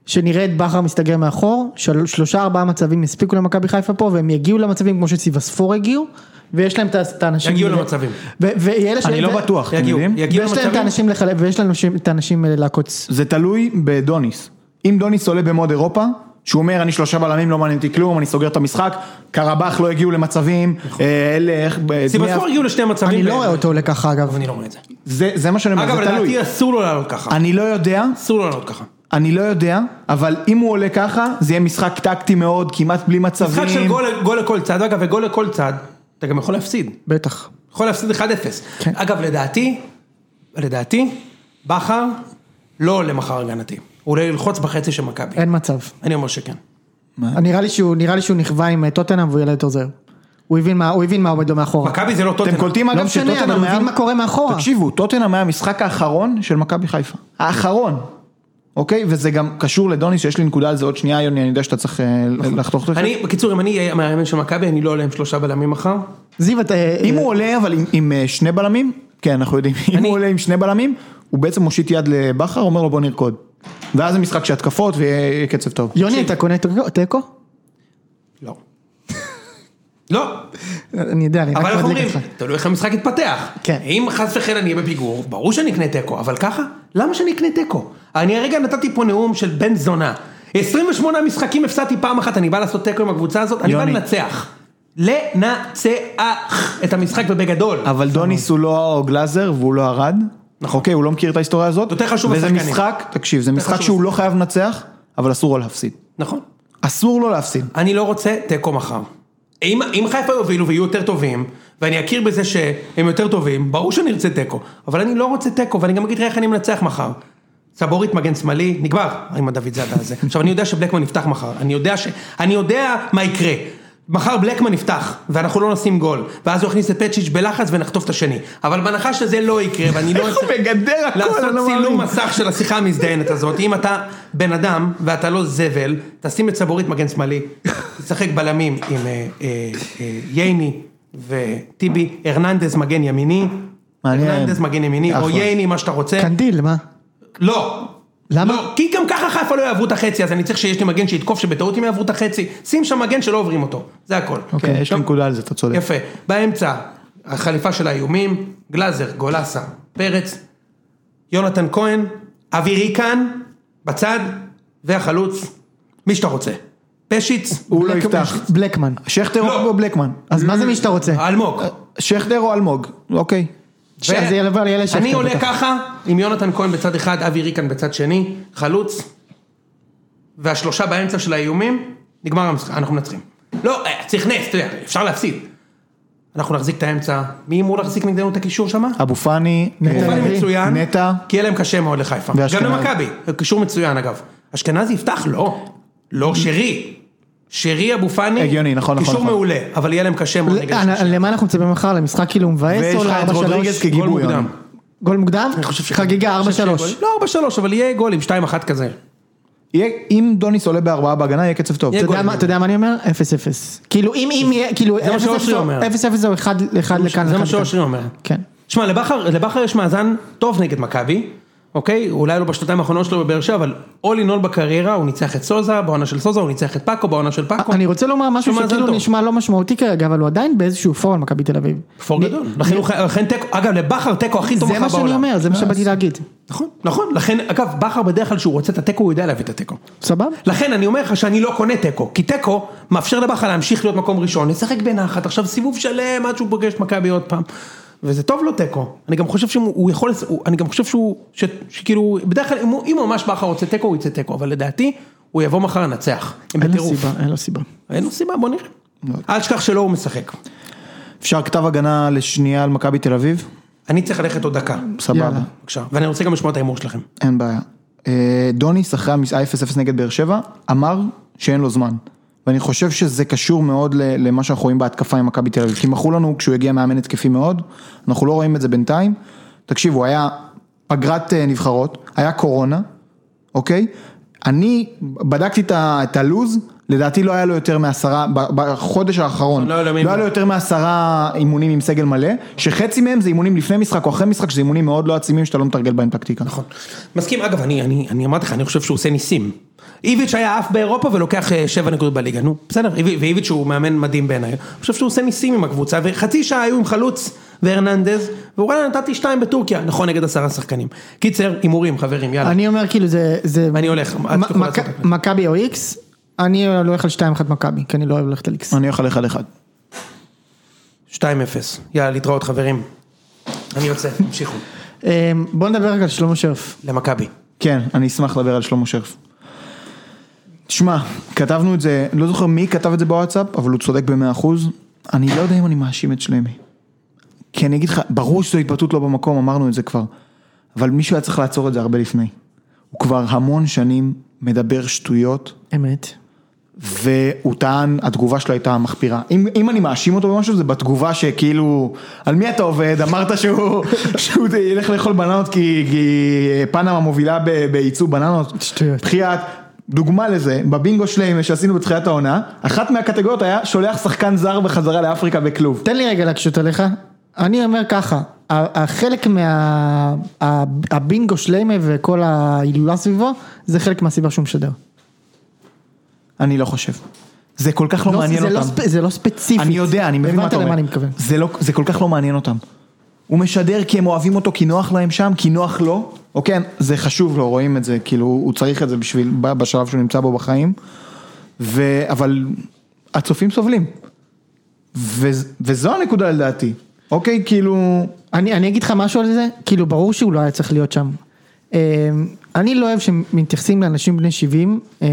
שנראה את בכר מסתגר מאחור, של, שלושה ארבעה מצבים יספיקו למכבי חיפה פה, והם יגיעו למצבים כמו שסיבספור הגיעו, ויש להם את ה- את האנשים.
יגיעו למצבים.
ו- ויהיה לש-
אני
ו-
לא בטוח, אתם
יגיעו,
יודעים?
יגיעו
ויש להם את
למצבים.
האנשים לחלק, ויש לנו ש- את האנשים אה, לעקוץ.
זה תלוי בדוניס. אם דוניס עולה במוד אירופה, שהוא אומר אני שלושה בלמים, לא מעניין אותי כלום, אני סוגר את המשחק, קרבח לא הגיעו למצבים,
נכון.
אה, אלה איך... ב-
סיבספור
דמי-
הגיעו לשני מצבים.
אני לא
ב-
רואה אותו עולה ככה אגב.
אני לא רואה את זה.
זה זה מה שאני אומר,
אגב,
זה תלוי.
לדעתי אסור לו לעלות ככה.
אני לא יודע,
אסור לו לעלות ככה.
אני לא יודע, אבל אם הוא עולה ככה, זה יהיה משחק טקטי מאוד, כמעט בלי מצבים.
משחק של גול- גול לכל צד, אגב, וגול לכל צד, אתה גם יכול להפסיד.
בטח.
יכול להפסיד 1-0.
כן.
אגב, לדעתי, לדעתי, בכר לא עולה מחר הגנתי. הוא עולה ללחוץ בחצי של מכבי.
אין מצב.
אני אומר שכן.
נראה לי שהוא נראה לי שהוא נכווה עם אה, טוטנאם והוא ילד יותר זהר. הוא הבין מה הוא הבין מה עומד לו מאחורה.
מכבי זה לא
אתם
טוטנאם.
קולטים
לא
אגב
משנה, אבל
שטוטנאם
הוא
היה-
מבין מה קורה מאחורה.
תקשיבו, טוטנאם היה המשחק האחרון של מכבי חיפה. האחרון. אוקיי? וזה גם קשור לדוניס, שיש לי נקודה על זה עוד שנייה, יוני, אני יודע שאתה צריך אה, לחתוך את זה.
אני, בקיצור, אם אני אהיה המאמן של מכבי, אני לא עולה עם שלושה בלמים מחר.
זיו אתה... אה,
אם
אה,
הוא עולה אבל עם- עם אה, שני בלמים, כן, אנחנו יודעים, אם
אני-
הוא עולה עם שני בלמים, הוא בעצם מושיט יד לבכר, אומר לו בוא נרקוד. ואז זה משחק של התקפות ויהיה קצב טוב.
יוני אתה קונה תיקו- תיקו?
לא. לא.
אני יודע, אני רק
אבל איך אומרים,
מדליק אותך.
תלוי איך המשחק יתפתח.
כן.
אם חס וחלילה נהיה בפיגור, ברור שאני אקנה תיקו, אבל ככה? למה שאני אקנה תיקו? אני הרגע נתתי פה נאום של בן זונה. 28 משחקים הפסדתי פעם אחת, אני בא לעשות תיקו עם הקבוצה הזאת, אני בא
יוני.
לנצח. לנצח את המשחק ובגדול.
אבל דוניס הוא לא גלאזר והוא לא ארד. אוקיי, הוא לא מכיר את ההיסטוריה הזאת.
יותר חשוב
וזה
השחקנים.
משחק, תקשיב, זה משחק
חשוב
שהוא לא חייב לנצח, אבל אסור לו להפסיד.
נכון.
אסור לו להפסיד.
אני לא רוצה תיקו מחר. אם, אם חיפה יובילו ויהיו יותר טובים, ואני אכיר בזה שהם יותר טובים, ברור שאני ארצה תיקו. אבל אני לא רוצה תיקו, ואני גם אגיד לך איך אני מנצח מחר. סבורית מגן שמאלי, נגמר עם הדוד זאדה הזה. עכשיו אני יודע שבלקמן יפתח מחר, אני יודע ש... אני יודע מה יקרה. מחר בלקמן יפתח, ואנחנו לא נשים גול, ואז הוא יכניס את פצ'יץ' בלחץ ונחטוף את השני. אבל בהנחה שזה לא יקרה, ואני לא...
איך הוא
אצליח
מגדר הכל, אני לא
לעשות
מאמין.
צילום מסך של השיחה המזדיינת הזאת, אם אתה בן אדם ואתה לא זבל, תשים את סבורית מגן שמאלי, תשחק בלמים עם אה, אה, אה, ייני וטיבי, הרננדז מגן ימיני,
מעניין.
הרננדז מגן ימיני, או
אחלה.
ייני מה שאתה רוצה,
קנדיל מה?
לא.
למה?
לא, כי גם ככה חיפה לא יעברו את החצי, אז אני צריך שיש לי מגן שיתקוף שבטעות אם יעברו את החצי, שים שם מגן שלא עוברים אותו, זה הכל.
כן, יש לי נקודה על זה, אתה צודק.
יפה, באמצע, החליפה של האיומים, גלאזר, גולסה, פרץ, יונתן כהן, אבירי כאן, בצד, והחלוץ, מי שאתה רוצה. פשיץ,
הוא לא
בלק-
יפתח.
בלקמן.
שכטר
לא.
או בלקמן?
אז מה זה מי שאתה רוצה?
אלמוג.
שכטר או אלמוג, אוקיי.
ש- אז יהיה לבוא, יהיה לשכטר
אני עולה
בטח.
ככה, עם יונתן כהן בצד אחד, אבי ריקן בצד שני, חלוץ, והשלושה באמצע של האיומים, נגמר המשחק, אנחנו מנצחים. לא, אה, צריך נס, אתה יודע, אפשר להפסיד. אנחנו נחזיק את האמצע, מי אמור להחזיק נגדנו את הקישור שם?
אבו פאני,
כן. נטע.
אה,
אבל
אביב,
הם מצוין,
נטע.
כי יהיה להם קשה מאוד לחיפה.
ואשכנזי.
גם למכבי, קישור מצוין אגב. אשכנזי יפתח? לא. לא, שרי. שרי אבו פאני,
הגיוני, נכון, נכון,
קישור
נכון.
מעולה, אבל יהיה להם קשה מאוד נגד השלישי.
אה, למה אנחנו מצפים מחר? למשחק כאילו מבאס או
ויש לך את רודריגז
ל-4-3?
גול
כגיבוי.
מוקדם.
יוני.
גול מוקדם? חגיגה 4-3.
אני חושב שיהיה גול. לא 4-3, אבל יהיה גולים, 2-1 כזה.
יהיה- אם דוניס עולה בארבעה בהגנה, יהיה קצב טוב.
יהיה
אתה יודע
גול.
מה- אתה יודע מה אני אומר? 0-0. כאילו אם אם יהיה, כאילו
זה מה שאושרי אומר.
0-0 או 1 לכאן לכאן.
זה
לכאן.
מה שאושרי אומר.
כן.
שמע, לבכר לבכר יש מאזן טוב נגד מכבי, אוקיי? אולי לא בשנתיים האחרונות שלו בבאר שבע, אבל all in all בקריירה, הוא ניצח את סוזה, בעונה של סוזה, הוא ניצח את פאקו, בעונה של פאקו.
אני רוצה לומר משהו
מאזן
שכאילו
טוב.
נשמע לא משמעותי כרגע, אבל הוא עדיין באיזשהו פור על מכבי תל אביב.
פור גדול. לכן הוא חי- לכן תיקו, אגב, לבכר תיקו הכי טוב
זה
מחר
מה שאני
בעולם.
אומר, לא, זה מה שבאתי להגיד.
נכון, נכון, לכן, אגב, בכר בדרך כלל כשהוא רוצה את התיקו, הוא יודע להביא את התיקו.
סבבה?
לכן אני אומר לך שאני לא קונה תיקו, כי תיקו מאפשר לבכר להמשיך להיות מקום ראשון, לשחק בנחת, עכשיו סיבוב שלם עד שהוא פוגש את מכבי עוד פעם. וזה טוב לו תיקו, אני גם חושב שהוא יכול, לס- הוא- אני גם חושב שהוא, ש, שכאילו, בדרך כלל אם הוא- אם ממש בכר רוצה תיקו, הוא יצא תיקו, אבל לדעתי, הוא יבוא מחר לנצח, הם
אין לו
בטירוף.
סיבה, לא. אין לו סיבה.
אין לו סיבה, בוא נראה. אל תשכח שלא הוא משחק.
אפשר כתב הגנה לשנייה על מכבי תל אביב?
אני צריך ללכת עוד דקה,
סבבה,
יאללה.
בבקשה, ואני רוצה גם לשמוע את ההימור שלכם.
אין בעיה. אה, דוניס אחרי ה-0-0 נגד באר שבע אמר שאין לו זמן. ואני חושב שזה קשור מאוד ל- למה שאנחנו רואים בהתקפה עם מכבי תל אביב. כי מכרו לנו כשהוא הגיע מאמן התקפי מאוד, אנחנו לא רואים את זה בינתיים. תקשיבו, היה פגרת אה, נבחרות, היה קורונה, אוקיי? אני בדקתי את ה- את הלוז, לדעתי לא היה לו יותר מעשרה, ב- בחודש האחרון,
לא היה לו מי-
לא היה לו יותר מעשרה אימונים עם סגל מלא, שחצי מהם זה אימונים לפני משחק או אחרי משחק, שזה אימונים מאוד לא עצימים שאתה לא מתרגל בהם טקטיקה.
נכון. מסכים, אגב, אני, אני, אני אמרתי לך, אני חושב שהוא עושה ניסים. איביץ' היה עף באירופה ולוקח אה, שבע נקודות בליגה, נו, בסדר, איבי- ואיביץ' הוא מאמן מדהים בעיניי. אני חושב שהוא עושה ניסים עם הקבוצה, וחצי שעה היו עם חלוץ והרננדז, ווואלה נתתי שתיים בטורקיה, נכון, נגד עשרה שחקנים. קיצר, הימורים, חברים, יאללה.
אני אומר כאילו זה... זה-
אני הולך, את
מ-
יכולה לעשות
מכ-
את
מכבי או איקס, אני הולך על 2-1 מכבי, כי אני לא אוהב ללכת על
נכון.
איקס.
אני הולך על אחד אחד.
2-0, יאללה, להתראות חברים. אני יוצא, תמשיכו,
אמ, בוא נדבר רגע על שלמה שרף.
למכבי.
כן, אני אשמח לדבר על שלמה שרף. תשמע, כתבנו את זה, לא זוכר מי כתב את זה בוואטסאפ, אבל הוא צודק במאה אחוז. אני לא יודע אם אני מאשים את שלמי. כי אני אגיד לך, ברור שזו התבטאות לא במקום, אמרנו את זה כבר. אבל מישהו היה צריך לעצור את זה הרבה לפני. הוא כבר המון שנים מדבר שטויות,
אמת.
והוא טען, התגובה שלו הייתה מחפירה. אם, אם אני מאשים אותו במשהו, זה בתגובה שכאילו, על מי אתה עובד? אמרת שהוא, שהוא ילך לאכול בננות כי, כי פנמה מובילה ב- בייצוא בננות.
שטויות.
בחייאת. דוגמה לזה, בבינגו שלהם שעשינו בתחילת העונה, אחת מהקטגוריות היה שולח שחקן זר בחזרה לאפריקה בכלוב.
תן לי רגע להקשות עליך. אני אומר ככה, ה- החלק מה... ה- הבינגו שלמה וכל ההילולה סביבו, זה חלק מהסיבה שהוא משדר.
אני לא חושב. זה כל כך לא,
לא,
מעניין
זה
אותם.
לא ספ- זה לא ספציפית.
אני יודע, אני מבין מה אתה אומר.
הבנת למה אני מתכוון.
זה, לא, זה כל כך לא מעניין אותם. הוא משדר כי הם אוהבים אותו, כי נוח להם שם, כי נוח לו. אוקיי, זה חשוב לו, רואים את זה, כאילו, הוא צריך את זה בשביל, ב- בשלב שהוא נמצא בו בחיים. ו... אבל הצופים סובלים. ו... וזו הנקודה לדעתי. אוקיי, כאילו...
אני, אני אגיד לך משהו על זה, כאילו ברור שהוא לא היה צריך להיות שם. אמ, אני לא אוהב שמתייחסים לאנשים בני 70, אמ,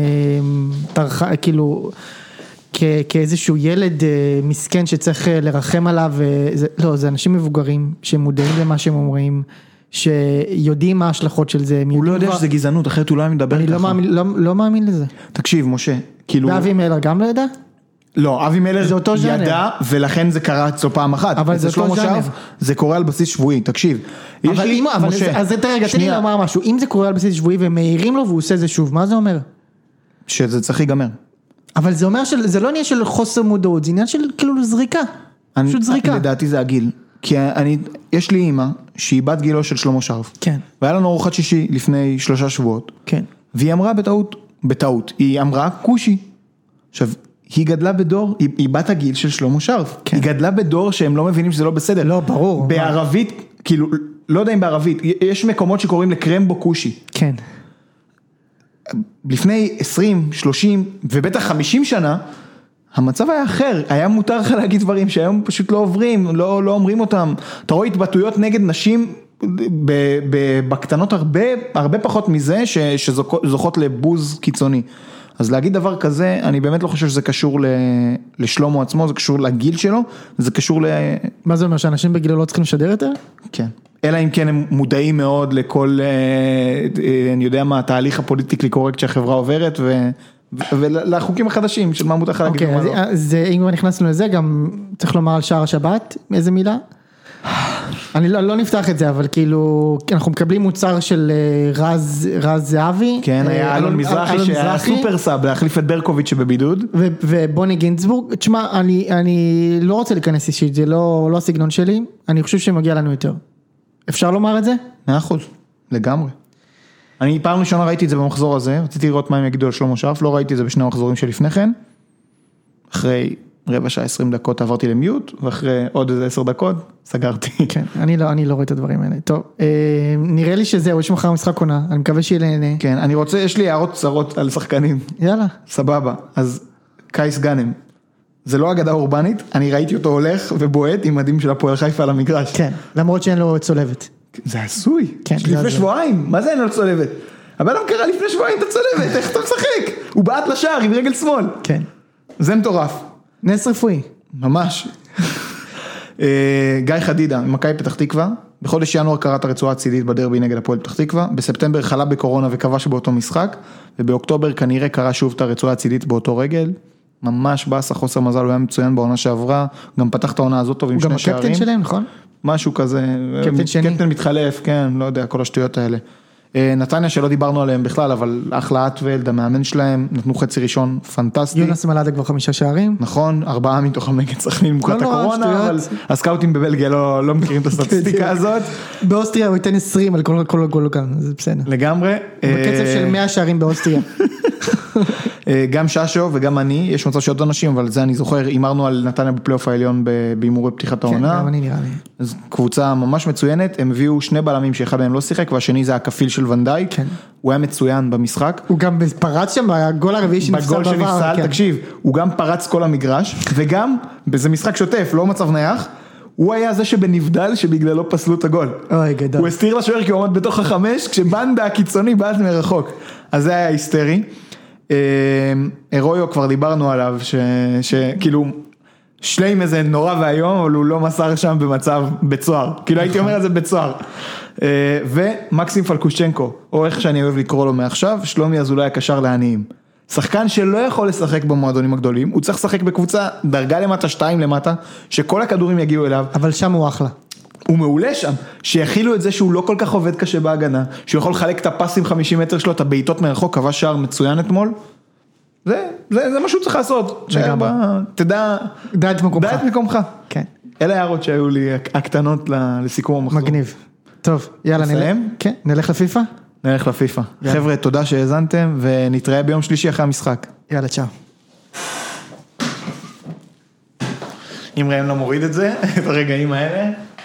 תרח, כאילו, כ, כאיזשהו ילד אה, מסכן שצריך אה, לרחם עליו, אה, זה, לא, זה אנשים מבוגרים שמודעים למה שהם אומרים, שיודעים מה ההשלכות של זה, הם
הוא לא
יודעים
יודע
כבר-
שזה גזענות, אחרת הוא לא היה מדבר
אני
ככה.
לא מאמין, לא, לא מאמין לזה.
תקשיב, משה, כאילו...
ואבי מלר גם לא ידע?
לא, אבי מלר
זה אותו ז'אנר.
ידע, ולכן זה קרה אצלו פעם אחת.
אבל זה
אצל
אותו
שלמה
ז'אנר.
שרף, זה קורה על בסיס שבועי, תקשיב. יש
אבל
לי-
אם, אבל
משה,
זה, אז זה רגע, תן לי
שנייה,
לומר משהו, אם זה קורה על בסיס שבועי והם מעירים לו והוא עושה זה שוב, מה זה אומר?
שזה צריך להיגמר.
אבל זה אומר שזה לא עניין של חוסר מודעות, זה עניין של כאילו זריקה.
אני-
פשוט זריקה.
לדעתי זה הגיל. כי אני, יש לי אימא שהיא בת גילו של שלמה שרף.
כן.
והיה לנו ארוחת שישי לפני שלושה שבועות,
כן.
והיא אמרה בטעות, בטעות, היא אמרה כושי. עכשיו, היא גדלה בדור, היא, היא בת הגיל של שלמה שרף.
כן.
היא גדלה בדור שהם לא מבינים שזה לא בסדר.
לא, ברור.
בערבית, כאילו, לא יודע אם בערבית, יש מקומות שקוראים לקרמבו כושי.
כן.
לפני 20, 30 ובטח 50 שנה, המצב היה אחר, היה מותר לך להגיד דברים שהיום פשוט לא עוברים, לא, לא אומרים אותם. אתה רואה התבטאויות נגד נשים ב, ב, בקטנות הרבה, הרבה פחות מזה ש, שזוכות לבוז קיצוני. אז להגיד דבר כזה, אני באמת לא חושב שזה קשור ל- לשלומו עצמו, זה קשור לגיל שלו, זה קשור ל...
מה זה אומר, שאנשים בגילו לא צריכים לשדר יותר?
כן. אלא אם כן הם מודעים מאוד לכל, אה, אה, אני יודע מה, התהליך הפוליטיקלי קורקט שהחברה עוברת, ו- ו- ולחוקים החדשים של מה מותר לך להגיד
אוקיי,
ומה
אז-
לא.
אז אה, אם כבר נכנסנו לזה, גם צריך לומר על שער השבת, איזה מילה? אני לא, לא נפתח את זה, אבל כאילו, כי אנחנו מקבלים מוצר של אה, רז, רז זהבי.
כן,
אה,
היה אלון מזרחי
אלון
שהיה
מזרחי,
סופר סאב להחליף את ברקוביץ' שבבידוד.
ו- ובוני גינצבורג, תשמע, אני, אני לא רוצה להיכנס אישית, זה לא, לא הסגנון שלי, אני חושב שמגיע לנו יותר. אפשר לומר את זה?
מאה אחוז, לגמרי. אני פעם ראשונה ראיתי את זה במחזור הזה, רציתי לראות מה הם יגידו על שלמה שרף, לא ראיתי את זה בשני המחזורים שלפני כן. אחרי רבע שעה 20 דקות עברתי למיוט, ואחרי עוד איזה 10 דקות סגרתי.
כן, אני לא, אני לא רואה את הדברים האלה. טוב, אה, נראה לי שזהו, יש מחר משחק עונה, אני מקווה שיהיה נהנה.
כן, אני רוצה, יש לי הערות קצרות על שחקנים.
יאללה.
סבבה, אז קייס גאנם. זה לא אגדה אורבנית, אני ראיתי אותו הולך ובועט עם מדים של הפועל חיפה על המגרש.
כן, למרות שאין לו צולבת.
זה הזוי.
כן,
כן,
זה
לפני
הזוי.
שבועיים, מה זה אין לו צולבת? הבן אדם קרא לפני שבועיים את הצולבת, איך אתה משחק? הוא בעט לשער עם רגל שמאל.
כן.
זה מטורף,
נס רפואי.
ממש. אה, גיא חדידה, ממכבי פתח תקווה, בחודש ינואר קרע את הרצועה הצידית בדרבי נגד הפועל פתח תקווה, בספטמבר חלה בקורונה וכבש באותו משחק, ובאוקטובר כנראה קרע שוב את הרצועה הצידית באותו רגל. ממש באסה, חוסר מזל, הוא היה מצוין בעונה שעברה, גם פתח את העונה הזאת טוב עם
הוא גם
שני שערים.
הקפטן שלהם, נכון?
משהו כזה.
קפטן שני.
קפטן מתחלף, כן, לא יודע, כל השטויות האלה. אה, נתניה שלא דיברנו עליהם בכלל, אבל אחלה אטוולד, המאמן שלהם, נתנו חצי ראשון פנטסטי.
יונס מלאדה כבר חמישה שערים.
נכון, ארבעה מתוכם נגד סכנין מבחינת
לא נורא,
הקורונה, אבל
שטויות.
הסקאוטים בבלגיה לא לא מכירים את הסטטיסטיקה הזאת
באוסטריה הוא ייתן 20 על כל- כל גול כאן, זה בסדר.
לגמרי.
בקצב
אה,
של 100 שערים באוסטריה.
אה, גם ששו וגם אני, יש מצב שעוד אנשים, אבל זה אני זוכר, הימרנו על נתניה בפלייאוף העליון ב- בהימורי פתיחת
כן,
העונה.
גם אני נראה לי.
אז קבוצה ממש מצוינת, הם הביאו שני בלמים שאחד מהם לא שיחק והשני זה הכפיל של ונדייק,
כן.
הוא היה מצוין במשחק.
הוא גם פרץ שם, הגול הרביעי שנפסל בעבר.
בגול שנפסל,
כן.
תקשיב, הוא גם פרץ כל המגרש, וגם, זה משחק שוטף, לא מצב נייח, הוא היה זה שבנבדל שבגללו פסלו את הגול.
אוי, גדול.
הוא הסתיר לשוער כי הוא עמד בתוך החמש, כשבנדה הקיצוני בעט מרחוק. אז זה היה היסטרי. אה, אירויו כבר דיברנו עליו, ש- שכאילו... שליים איזה נורא ואיום, אבל הוא לא מסר שם במצב בית סוהר. כאילו הייתי אומר את זה בית סוהר. אה, ומקסים פלקושצ'נקו, או איך שאני אוהב לקרוא לו מעכשיו, שלומי אזולאי הקשר לעניים. שחקן שלא יכול לשחק במועדונים הגדולים, הוא צריך לשחק בקבוצה דרגה למטה, שתיים למטה, שכל הכדורים יגיעו אליו,
אבל שם הוא אחלה.
הוא מעולה שם, שיכילו את זה שהוא לא כל כך עובד קשה בהגנה, שהוא יכול לחלק את הפסים 50 מטר שלו, את הבעיטות מרחוק, כבש שער מצוין אתמול. זה, זה, זה מה שהוא צריך לעשות. תשאר
לגמרי.
ב- תדע,
דע את מקומך.
דע את מקומך.
כן.
אלה ההערות שהיו לי הקטנות ל- לסיכום המחזור.
מגניב. טוב, יאללה, נלך.
נסיים?
כן, נלך לפיפא?
נלך לפיפא. חבר'ה, תודה שהאזנתם, ונתראה ביום שלישי אחרי המשחק.
יאללה, צ'או.
אם ראם לא מוריד את זה, את הרגעים האלה.